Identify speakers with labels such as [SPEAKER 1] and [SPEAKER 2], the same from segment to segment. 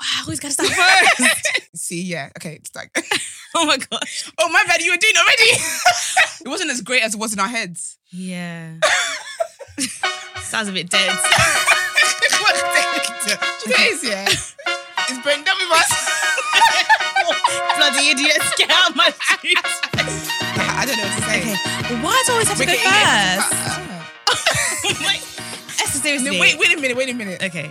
[SPEAKER 1] Wow, who's got to stop first?
[SPEAKER 2] See, yeah. Okay, it's like
[SPEAKER 1] oh my god,
[SPEAKER 2] Oh my bad, you were doing already. it wasn't as great as it was in our heads.
[SPEAKER 1] yeah. Sounds a bit dead.
[SPEAKER 2] it was dead. Do you know what it is, yeah? It's burned up with us.
[SPEAKER 1] Bloody idiots, get out my face.
[SPEAKER 2] I don't know what to say.
[SPEAKER 1] Okay, well, why do I always have to
[SPEAKER 2] We're
[SPEAKER 1] go
[SPEAKER 2] getting it.
[SPEAKER 1] first?
[SPEAKER 2] Ah.
[SPEAKER 1] Wait, Esther, seriously.
[SPEAKER 2] No, wait, wait a minute, wait a minute.
[SPEAKER 1] Okay.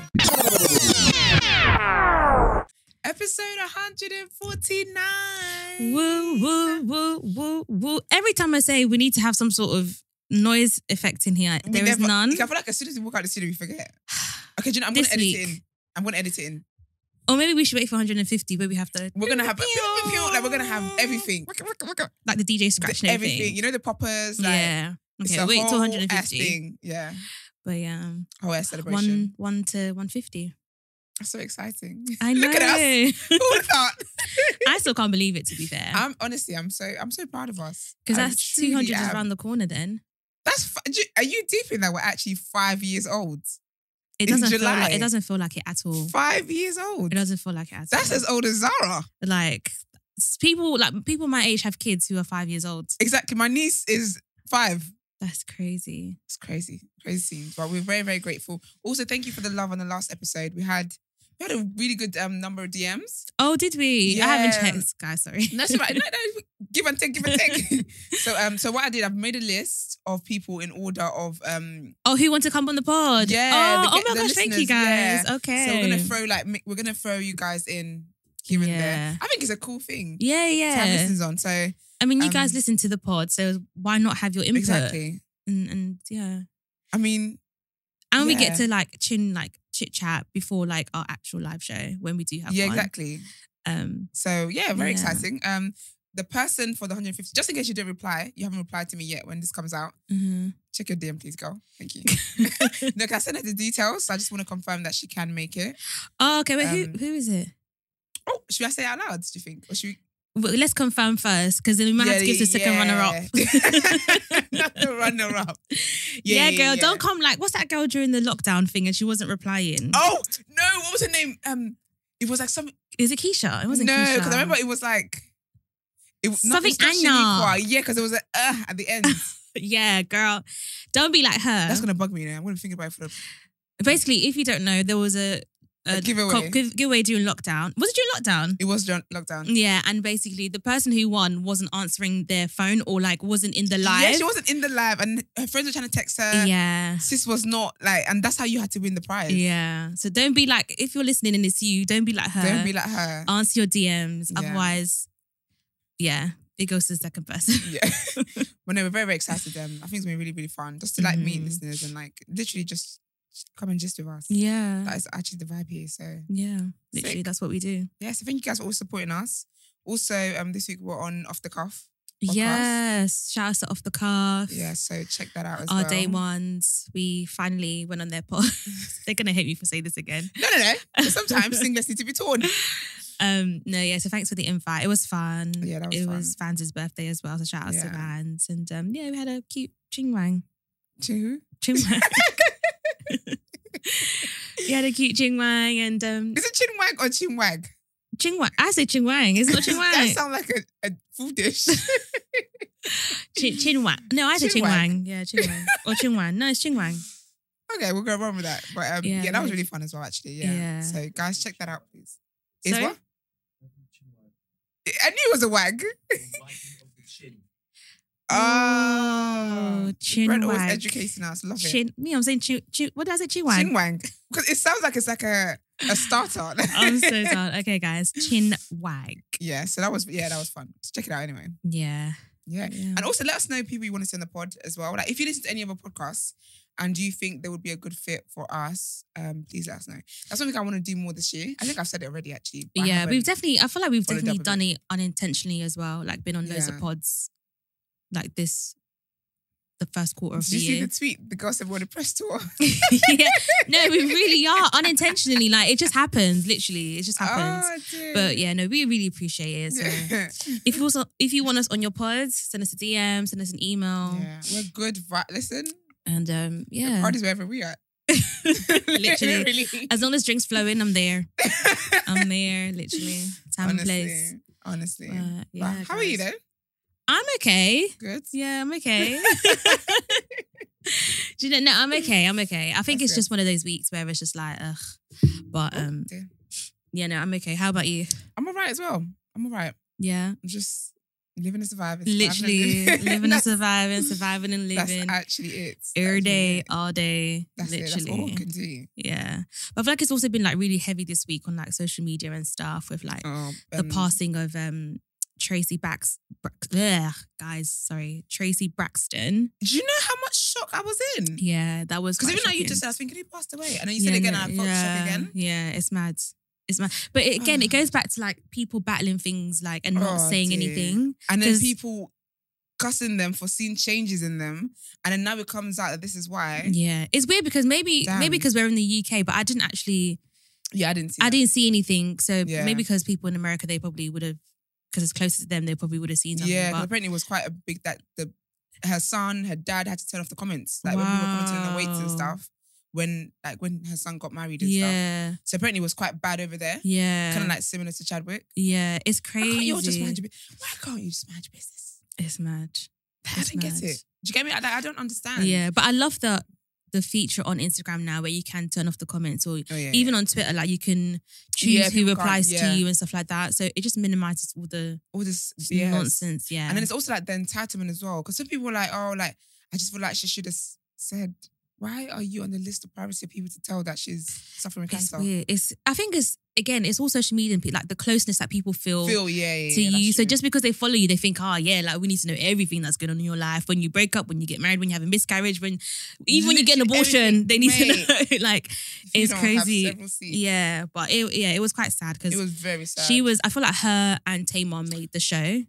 [SPEAKER 2] Episode 149.
[SPEAKER 1] Woo, woo, woo, woo, woo. Every time I say we need to have some sort of noise effect in here,
[SPEAKER 2] We
[SPEAKER 1] there is
[SPEAKER 2] never-
[SPEAKER 1] none.
[SPEAKER 2] I feel like as soon as we walk out the studio, we forget. Okay, do you know, I'm going
[SPEAKER 1] This
[SPEAKER 2] to edit
[SPEAKER 1] week.
[SPEAKER 2] it in. I'm going to edit it in.
[SPEAKER 1] Or maybe we should wait for 150 where we have to,
[SPEAKER 2] We're going to have, like, we're going to have everything.
[SPEAKER 1] like the DJ scratch and everything.
[SPEAKER 2] Everything. You know the poppers? Like,
[SPEAKER 1] yeah.
[SPEAKER 2] It's
[SPEAKER 1] Okay,
[SPEAKER 2] a
[SPEAKER 1] wait till
[SPEAKER 2] whole
[SPEAKER 1] 150.
[SPEAKER 2] ass thing. Yeah.
[SPEAKER 1] But yeah,
[SPEAKER 2] Whole ass celebration.
[SPEAKER 1] one, one to 150.
[SPEAKER 2] That's so exciting.
[SPEAKER 1] I know.
[SPEAKER 2] Look at us. Who would have thought?
[SPEAKER 1] I still can't believe it, to be fair.
[SPEAKER 2] I'm honestly, I'm so, I'm so proud of us.
[SPEAKER 1] Because
[SPEAKER 2] I
[SPEAKER 1] that's
[SPEAKER 2] truly
[SPEAKER 1] 200 is
[SPEAKER 2] am.
[SPEAKER 1] around the corner then.
[SPEAKER 2] That's. fi- do you- Are you deep in that? We're actually five years old.
[SPEAKER 1] It
[SPEAKER 2] In
[SPEAKER 1] doesn't feel like
[SPEAKER 2] July.
[SPEAKER 1] it doesn't feel like it at all.
[SPEAKER 2] Five years old.
[SPEAKER 1] It doesn't feel like it at
[SPEAKER 2] That's
[SPEAKER 1] all.
[SPEAKER 2] as old as Zara.
[SPEAKER 1] like s- people like people my age have kids who are five years old.
[SPEAKER 2] Exactly. My niece is five.
[SPEAKER 1] That's crazy.
[SPEAKER 2] It's crazy, crazy scenes. But we're very, very grateful. Also, thank you for the love on the last episode. We had. We had a really good um, number of DMs.
[SPEAKER 1] Oh, did we? I haven't
[SPEAKER 2] Yeah.
[SPEAKER 1] checked, guys. Sorry.
[SPEAKER 2] No, it's all right. No, no, give and take, give and take. so, um, so what I did, I've made a list of people in order of um,
[SPEAKER 1] Oh, who want to come on the pod?
[SPEAKER 2] Yeah,
[SPEAKER 1] Oh,
[SPEAKER 2] the-
[SPEAKER 1] oh my
[SPEAKER 2] the
[SPEAKER 1] gosh, thank you
[SPEAKER 2] listeners,
[SPEAKER 1] guys.
[SPEAKER 2] yeah.
[SPEAKER 1] Okay.
[SPEAKER 2] So we're gonna throw like mi- we're gonna throw you guys in here and
[SPEAKER 1] Yeah.
[SPEAKER 2] there. I think it's a cool thing.
[SPEAKER 1] yeah,
[SPEAKER 2] to have
[SPEAKER 1] yeah.
[SPEAKER 2] listeners on. So
[SPEAKER 1] I mean, you guys
[SPEAKER 2] um,
[SPEAKER 1] listen to the pod, so why not have your input?
[SPEAKER 2] exactly.
[SPEAKER 1] And, and yeah,
[SPEAKER 2] I mean,
[SPEAKER 1] and we
[SPEAKER 2] Yeah.
[SPEAKER 1] get to like chin like chit chat before like our actual live show when we do have
[SPEAKER 2] yeah,
[SPEAKER 1] one.
[SPEAKER 2] exactly.
[SPEAKER 1] Um,
[SPEAKER 2] So yeah, very
[SPEAKER 1] Yeah.
[SPEAKER 2] exciting. Um, the person for the 150. Just in case you didn't reply, you haven't replied to me yet. When this comes out,
[SPEAKER 1] mhm.
[SPEAKER 2] check your DM, please, girl. Thank you. Look, I sent her the details. So I just want to confirm that she can make it.
[SPEAKER 1] oh, okay. Wait,
[SPEAKER 2] Um,
[SPEAKER 1] who who is it?
[SPEAKER 2] Oh, should I say it out loud? Do you think, or should we?
[SPEAKER 1] Well, let's confirm first, because then we might have to give the second runner up.
[SPEAKER 2] Not the runner up.
[SPEAKER 1] Yeah,
[SPEAKER 2] Yeah, yeah,
[SPEAKER 1] girl,
[SPEAKER 2] yeah.
[SPEAKER 1] don't come like what's that girl during the lockdown thing and she wasn't replying?
[SPEAKER 2] Oh no, what was her name? Um, it was like some
[SPEAKER 1] Is it Keisha? It wasn't
[SPEAKER 2] no,
[SPEAKER 1] Keisha.
[SPEAKER 2] because I remember it was like it was not-
[SPEAKER 1] Something
[SPEAKER 2] it's not
[SPEAKER 1] Anna. Uh-huh.
[SPEAKER 2] Shaniqua. Yeah, because there was a uh at the end.
[SPEAKER 1] Yeah, girl, don't be like her.
[SPEAKER 2] That's gonna bug me now. I'm gonna think about it for the
[SPEAKER 1] Basically, if you don't know, there was a,
[SPEAKER 2] A giveaway.
[SPEAKER 1] give, giveaway during lockdown. Was it during lockdown?
[SPEAKER 2] it was during lockdown.
[SPEAKER 1] Yeah, and basically the person who won wasn't answering their phone or like wasn't in the live.
[SPEAKER 2] Yeah, she wasn't in the live and her friends were trying to text her.
[SPEAKER 1] Yeah.
[SPEAKER 2] Sis was not like and that's how you had to win the prize.
[SPEAKER 1] Yeah. So don't be like if you're listening and it's you, don't be like her.
[SPEAKER 2] Don't be like her.
[SPEAKER 1] answer your DMs.
[SPEAKER 2] Yeah.
[SPEAKER 1] Otherwise, yeah, it goes to the second person.
[SPEAKER 2] yeah. but no, we're very, very excited um. I think it's been really, really fun. Just to like meet
[SPEAKER 1] Mhm.
[SPEAKER 2] listeners and like literally just come and gist with us.
[SPEAKER 1] Yeah.
[SPEAKER 2] That is actually the vibe here. So
[SPEAKER 1] Yeah. Literally,
[SPEAKER 2] Sick.
[SPEAKER 1] that's what we do.
[SPEAKER 2] yeah, so thank you guys for always supporting us. Also, um this week we're on off the cuff. Podcast.
[SPEAKER 1] Yes. Shout out to Off the Cuff.
[SPEAKER 2] Yeah, so check that out as
[SPEAKER 1] Our
[SPEAKER 2] well.
[SPEAKER 1] day ones. We finally went on their pod. They're gonna hate me for saying this again.
[SPEAKER 2] No, no, no. Sometimes singlets need to be torn.
[SPEAKER 1] Um, no, yeah, so thanks for the invite. It was fun.
[SPEAKER 2] Yeah, that was
[SPEAKER 1] it
[SPEAKER 2] fun.
[SPEAKER 1] was Vans' birthday as well. So shout out to
[SPEAKER 2] Yeah.
[SPEAKER 1] Vans. And um, yeah, we had a cute ching wang.
[SPEAKER 2] Two.
[SPEAKER 1] Ching wang. we had a cute ching wang and um
[SPEAKER 2] Is it chinwag or chinwag?
[SPEAKER 1] ching wang. I say ching wang, it's not ching wang.
[SPEAKER 2] That sounds like a, a food dish.
[SPEAKER 1] Chin, chin Wang. No, I said Ching
[SPEAKER 2] Chinwag.
[SPEAKER 1] Wang. Yeah, Ching Wang. Or Ching Wang. No, it's Ching Wang.
[SPEAKER 2] okay, we'll go wrong with that. But um,
[SPEAKER 1] Yeah,
[SPEAKER 2] yeah, that was
[SPEAKER 1] no.
[SPEAKER 2] really fun as well, actually. Yeah.
[SPEAKER 1] Yeah.
[SPEAKER 2] So guys, check that out, please. Is
[SPEAKER 1] Sorry?
[SPEAKER 2] what? I knew it was a wag.
[SPEAKER 3] Wiping of the chin.
[SPEAKER 2] Ah,
[SPEAKER 1] Oh, chin
[SPEAKER 2] Brent always
[SPEAKER 1] wag.
[SPEAKER 2] educating us. Love it.
[SPEAKER 1] Chin, me, I'm saying chin, chin. What did I say? Chinwag.
[SPEAKER 2] Chin wang. Because it sounds like it's like a, a starter.
[SPEAKER 1] I'm so sorry. Okay, guys. Chin wag.
[SPEAKER 2] yeah, so that was yeah, that was fun. So check it out anyway.
[SPEAKER 1] Yeah.
[SPEAKER 2] Yeah.
[SPEAKER 1] yeah.
[SPEAKER 2] And also let us know people you want to see on the pod as well. Like if you listen to any of our podcasts and you think they would be a good fit for us, um, please let us know. That's something I want to do more this year. I think I've said it already actually. but I
[SPEAKER 1] yeah,
[SPEAKER 2] haven't.
[SPEAKER 1] we've definitely. I feel like we've
[SPEAKER 2] followed up
[SPEAKER 1] definitely
[SPEAKER 2] with
[SPEAKER 1] done it unintentionally as well. Like been on loads
[SPEAKER 2] Yeah.
[SPEAKER 1] of pods, like this, the first quarter of
[SPEAKER 2] Did you
[SPEAKER 1] the
[SPEAKER 2] see
[SPEAKER 1] year.
[SPEAKER 2] the tweet? The gossip world press tour.
[SPEAKER 1] yeah, no, we really are unintentionally. Like it just happens. Literally, it just happens.
[SPEAKER 2] Oh, dear.
[SPEAKER 1] But yeah, no, we really appreciate it. So
[SPEAKER 2] yeah.
[SPEAKER 1] if you also if you want us on your pods, send us a DM, send us an email,
[SPEAKER 2] Yeah. we're good. Vi- Listen,
[SPEAKER 1] and um,
[SPEAKER 2] the
[SPEAKER 1] yeah,
[SPEAKER 2] party's wherever we are.
[SPEAKER 1] literally. As long as drinks flowing, I'm there. I'm there, literally. Time and place.
[SPEAKER 2] honestly, honestly.
[SPEAKER 1] But,
[SPEAKER 2] But
[SPEAKER 1] yeah,
[SPEAKER 2] how are you
[SPEAKER 1] guys.
[SPEAKER 2] though?
[SPEAKER 1] I'm okay.
[SPEAKER 2] Good.
[SPEAKER 1] Yeah, I'm okay. Do you know? No, I'm okay. I'm okay. I think
[SPEAKER 2] That's
[SPEAKER 1] it's
[SPEAKER 2] good.
[SPEAKER 1] just one of those weeks where it's just like, ugh. But
[SPEAKER 2] Oh,
[SPEAKER 1] um,
[SPEAKER 2] dear.
[SPEAKER 1] yeah, no, I'm okay. How about you?
[SPEAKER 2] I'm all right as well. I'm all right.
[SPEAKER 1] Yeah,
[SPEAKER 2] I'm just living and surviving. surviving and
[SPEAKER 1] literally living and
[SPEAKER 2] That's-
[SPEAKER 1] surviving, surviving and living.
[SPEAKER 2] That's actually it.
[SPEAKER 1] Every
[SPEAKER 2] That's really
[SPEAKER 1] day,
[SPEAKER 2] it.
[SPEAKER 1] all day,
[SPEAKER 2] That's it. That's all
[SPEAKER 1] literally.
[SPEAKER 2] we can do.
[SPEAKER 1] Yeah, but I feel like it's also been like really heavy this week on like social media and stuff with like
[SPEAKER 2] Oh,
[SPEAKER 1] the passing of um Tracy Bax, Brax, ugh, guys. Sorry, Tracy Braxton.
[SPEAKER 2] Do you know how much shock I was in?
[SPEAKER 1] Yeah, that was
[SPEAKER 2] Because
[SPEAKER 1] quite
[SPEAKER 2] even though you
[SPEAKER 1] shocking.
[SPEAKER 2] just said, I was thinking he passed away. And then you said it again,
[SPEAKER 1] no,
[SPEAKER 2] and I felt
[SPEAKER 1] yeah,
[SPEAKER 2] shock again. Ah.
[SPEAKER 1] Yeah, it's mad. It's mad. But it, again, it goes back to like people battling things like and not
[SPEAKER 2] Oh,
[SPEAKER 1] saying
[SPEAKER 2] dear.
[SPEAKER 1] anything.
[SPEAKER 2] And then
[SPEAKER 1] 'Cause-
[SPEAKER 2] people cussing them for seeing changes in them. And then now it comes out that this is why. Yeah,
[SPEAKER 1] Yeah, it's weird because maybe
[SPEAKER 2] Eh? Damn.
[SPEAKER 1] maybe because we're in the UK, but I didn't actually
[SPEAKER 2] I didn't see
[SPEAKER 1] I
[SPEAKER 2] that.
[SPEAKER 1] didn't see anything. So
[SPEAKER 2] Yeah.
[SPEAKER 1] maybe because people in America they probably would have because it's closer to them they probably would have seen something.
[SPEAKER 2] Yeah, 'cause
[SPEAKER 1] but,
[SPEAKER 2] apparently it was quite a big that the her son, her dad had to turn off the comments. Like when people were commenting on the weights and
[SPEAKER 1] Wow.
[SPEAKER 2] stuff. When like when her son got married and stuff.
[SPEAKER 1] yeah,
[SPEAKER 2] So apparently it was quite bad over there.
[SPEAKER 1] yeah,
[SPEAKER 2] Kind of like similar to Chadwick.
[SPEAKER 1] yeah. It's
[SPEAKER 2] Why
[SPEAKER 1] crazy.
[SPEAKER 2] can't you all just mind your business? Why can't you just mind your business?
[SPEAKER 1] it's mad.
[SPEAKER 2] Like,
[SPEAKER 1] That's
[SPEAKER 2] I don't
[SPEAKER 1] mad.
[SPEAKER 2] get it. Do you get me? I, like, I don't understand.
[SPEAKER 1] Yeah, but I love the the feature on Instagram now where you can turn off the comments or
[SPEAKER 2] Oh, yeah.
[SPEAKER 1] even on Twitter, like you can choose
[SPEAKER 2] Yeah,
[SPEAKER 1] who
[SPEAKER 2] people can't-
[SPEAKER 1] replies
[SPEAKER 2] yeah.
[SPEAKER 1] to you and stuff like that. So it just minimizes all the
[SPEAKER 2] all this BS.
[SPEAKER 1] nonsense. Yeah.
[SPEAKER 2] And then it's also like the entitlement as well. Because some people are like, oh, like, I just feel like she should have s- said, why are you on the list of privacy of people to tell that she's suffering
[SPEAKER 1] it's
[SPEAKER 2] cancer?
[SPEAKER 1] weird. It's I think it's again, it's all social media and pe- like the closeness that people feel.
[SPEAKER 2] Feel, yeah, yeah.
[SPEAKER 1] to
[SPEAKER 2] yeah,
[SPEAKER 1] you.
[SPEAKER 2] that's
[SPEAKER 1] So
[SPEAKER 2] true.
[SPEAKER 1] just because they follow you, they think, oh yeah, like we need to know everything that's going on in your life. When you break up, when you get married, when you have a miscarriage, when even when you get an
[SPEAKER 2] Literally
[SPEAKER 1] abortion,
[SPEAKER 2] everything,
[SPEAKER 1] they need
[SPEAKER 2] mate.
[SPEAKER 1] to know. like
[SPEAKER 2] If you
[SPEAKER 1] it's
[SPEAKER 2] don't have
[SPEAKER 1] crazy.
[SPEAKER 2] several seats.
[SPEAKER 1] yeah, but it yeah, it was quite sad
[SPEAKER 2] It
[SPEAKER 1] because
[SPEAKER 2] was very sad.
[SPEAKER 1] she was. I feel like her and Tamar made the show.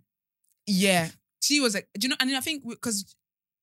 [SPEAKER 2] yeah. She was like, do you know, and I think because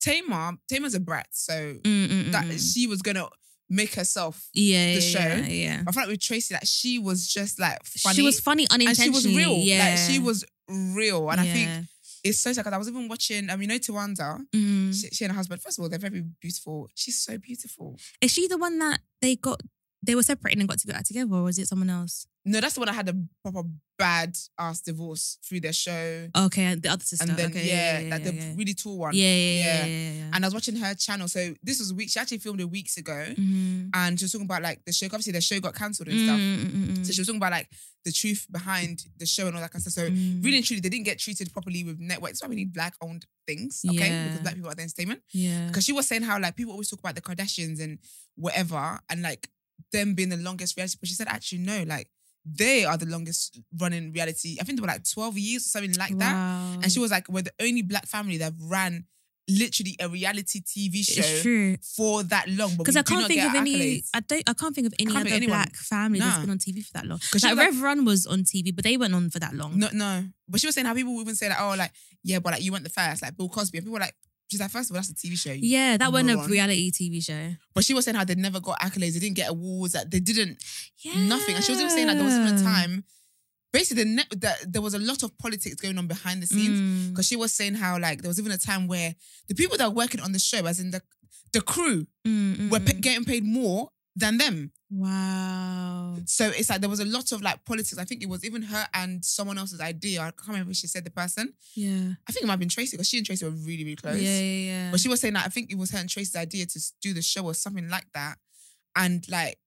[SPEAKER 2] Tamar, Tamar's a brat. So
[SPEAKER 1] Mm-mm-mm.
[SPEAKER 2] that she was going to make herself.
[SPEAKER 1] yeah, yeah,
[SPEAKER 2] the show.
[SPEAKER 1] yeah, yeah.
[SPEAKER 2] I feel like with Tracy, like she was just like funny.
[SPEAKER 1] She was funny
[SPEAKER 2] and she
[SPEAKER 1] unintentionally.
[SPEAKER 2] was real.
[SPEAKER 1] Yeah,
[SPEAKER 2] Like she was real. And I think
[SPEAKER 1] Yeah.
[SPEAKER 2] it's so sad because I was even watching, um, you know, Tawanda,
[SPEAKER 1] Mm.
[SPEAKER 2] she, she and her husband, first of all, they're very beautiful. She's so beautiful.
[SPEAKER 1] is she the one that they got? They were separated and got to go back together, or was it someone else?
[SPEAKER 2] No, that's the one I had a proper bad ass divorce through their show.
[SPEAKER 1] Okay, and the other sister.
[SPEAKER 2] and then,
[SPEAKER 1] okay,
[SPEAKER 2] yeah,
[SPEAKER 1] yeah,
[SPEAKER 2] like
[SPEAKER 1] yeah,
[SPEAKER 2] the
[SPEAKER 1] yeah.
[SPEAKER 2] really tall one.
[SPEAKER 1] Yeah, yeah, yeah, yeah.
[SPEAKER 2] Yeah.
[SPEAKER 1] yeah, yeah.
[SPEAKER 2] And I was watching her channel. So this was a week, she actually filmed it weeks ago.
[SPEAKER 1] Mhm.
[SPEAKER 2] And she was talking about like the show, obviously, the show got cancelled and stuff.
[SPEAKER 1] Mm, mm, mm, mm.
[SPEAKER 2] So she was talking about like the truth behind the show and all that kind of stuff. So
[SPEAKER 1] Mm.
[SPEAKER 2] really and truly, they didn't get treated properly with networks. That's why we need black owned things, okay?
[SPEAKER 1] Yeah.
[SPEAKER 2] Because black people are the entertainment.
[SPEAKER 1] yeah,
[SPEAKER 2] Because she was saying how like people always talk about the Kardashians and whatever, and like them being the longest reality. But she said actually no, like they are the longest running reality. I think they were like twelve years or something like that. And she was like, we're the only black family that ran literally a reality TV
[SPEAKER 1] it's
[SPEAKER 2] show
[SPEAKER 1] true
[SPEAKER 2] for that long. Because
[SPEAKER 1] because I can't think of any. I don't. I can't think of any
[SPEAKER 2] can't
[SPEAKER 1] other
[SPEAKER 2] think of anyone.
[SPEAKER 1] black family that's
[SPEAKER 2] Nah.
[SPEAKER 1] been on TV for that long.
[SPEAKER 2] 'Cause she
[SPEAKER 1] Like
[SPEAKER 2] was like-
[SPEAKER 1] Rev Run was on TV, but they weren't on for that long.
[SPEAKER 2] No, no. But she was saying how people would even say like, oh, like yeah, but like you went the first, like Bill Cosby, and people were like. She's like, first of all, that's a TV show.
[SPEAKER 1] Yeah, that wasn't a
[SPEAKER 2] Moron.
[SPEAKER 1] reality TV show.
[SPEAKER 2] But she was saying how they never got accolades, they didn't get awards, that they didn't
[SPEAKER 1] Yeah.
[SPEAKER 2] nothing. And she was even saying that there was even a time, basically, the net, that there was a lot of politics going on behind the scenes
[SPEAKER 1] Mm.
[SPEAKER 2] because she was saying how like there was even a time where the people that were working on the show, as in the the crew,
[SPEAKER 1] Mm, mm,
[SPEAKER 2] were pa-
[SPEAKER 1] mm.
[SPEAKER 2] getting paid more than them.
[SPEAKER 1] Wow.
[SPEAKER 2] So it's like there was a lot of like politics. I think it was even her and someone else's idea. I can't remember if she said the person.
[SPEAKER 1] Yeah.
[SPEAKER 2] I think it might have been Tracy because she and Tracy were really really
[SPEAKER 1] Yeah,
[SPEAKER 2] close.
[SPEAKER 1] yeah, yeah.
[SPEAKER 2] But she was saying that I think it was her and Tracy's idea to s- do the show or something like that, and like.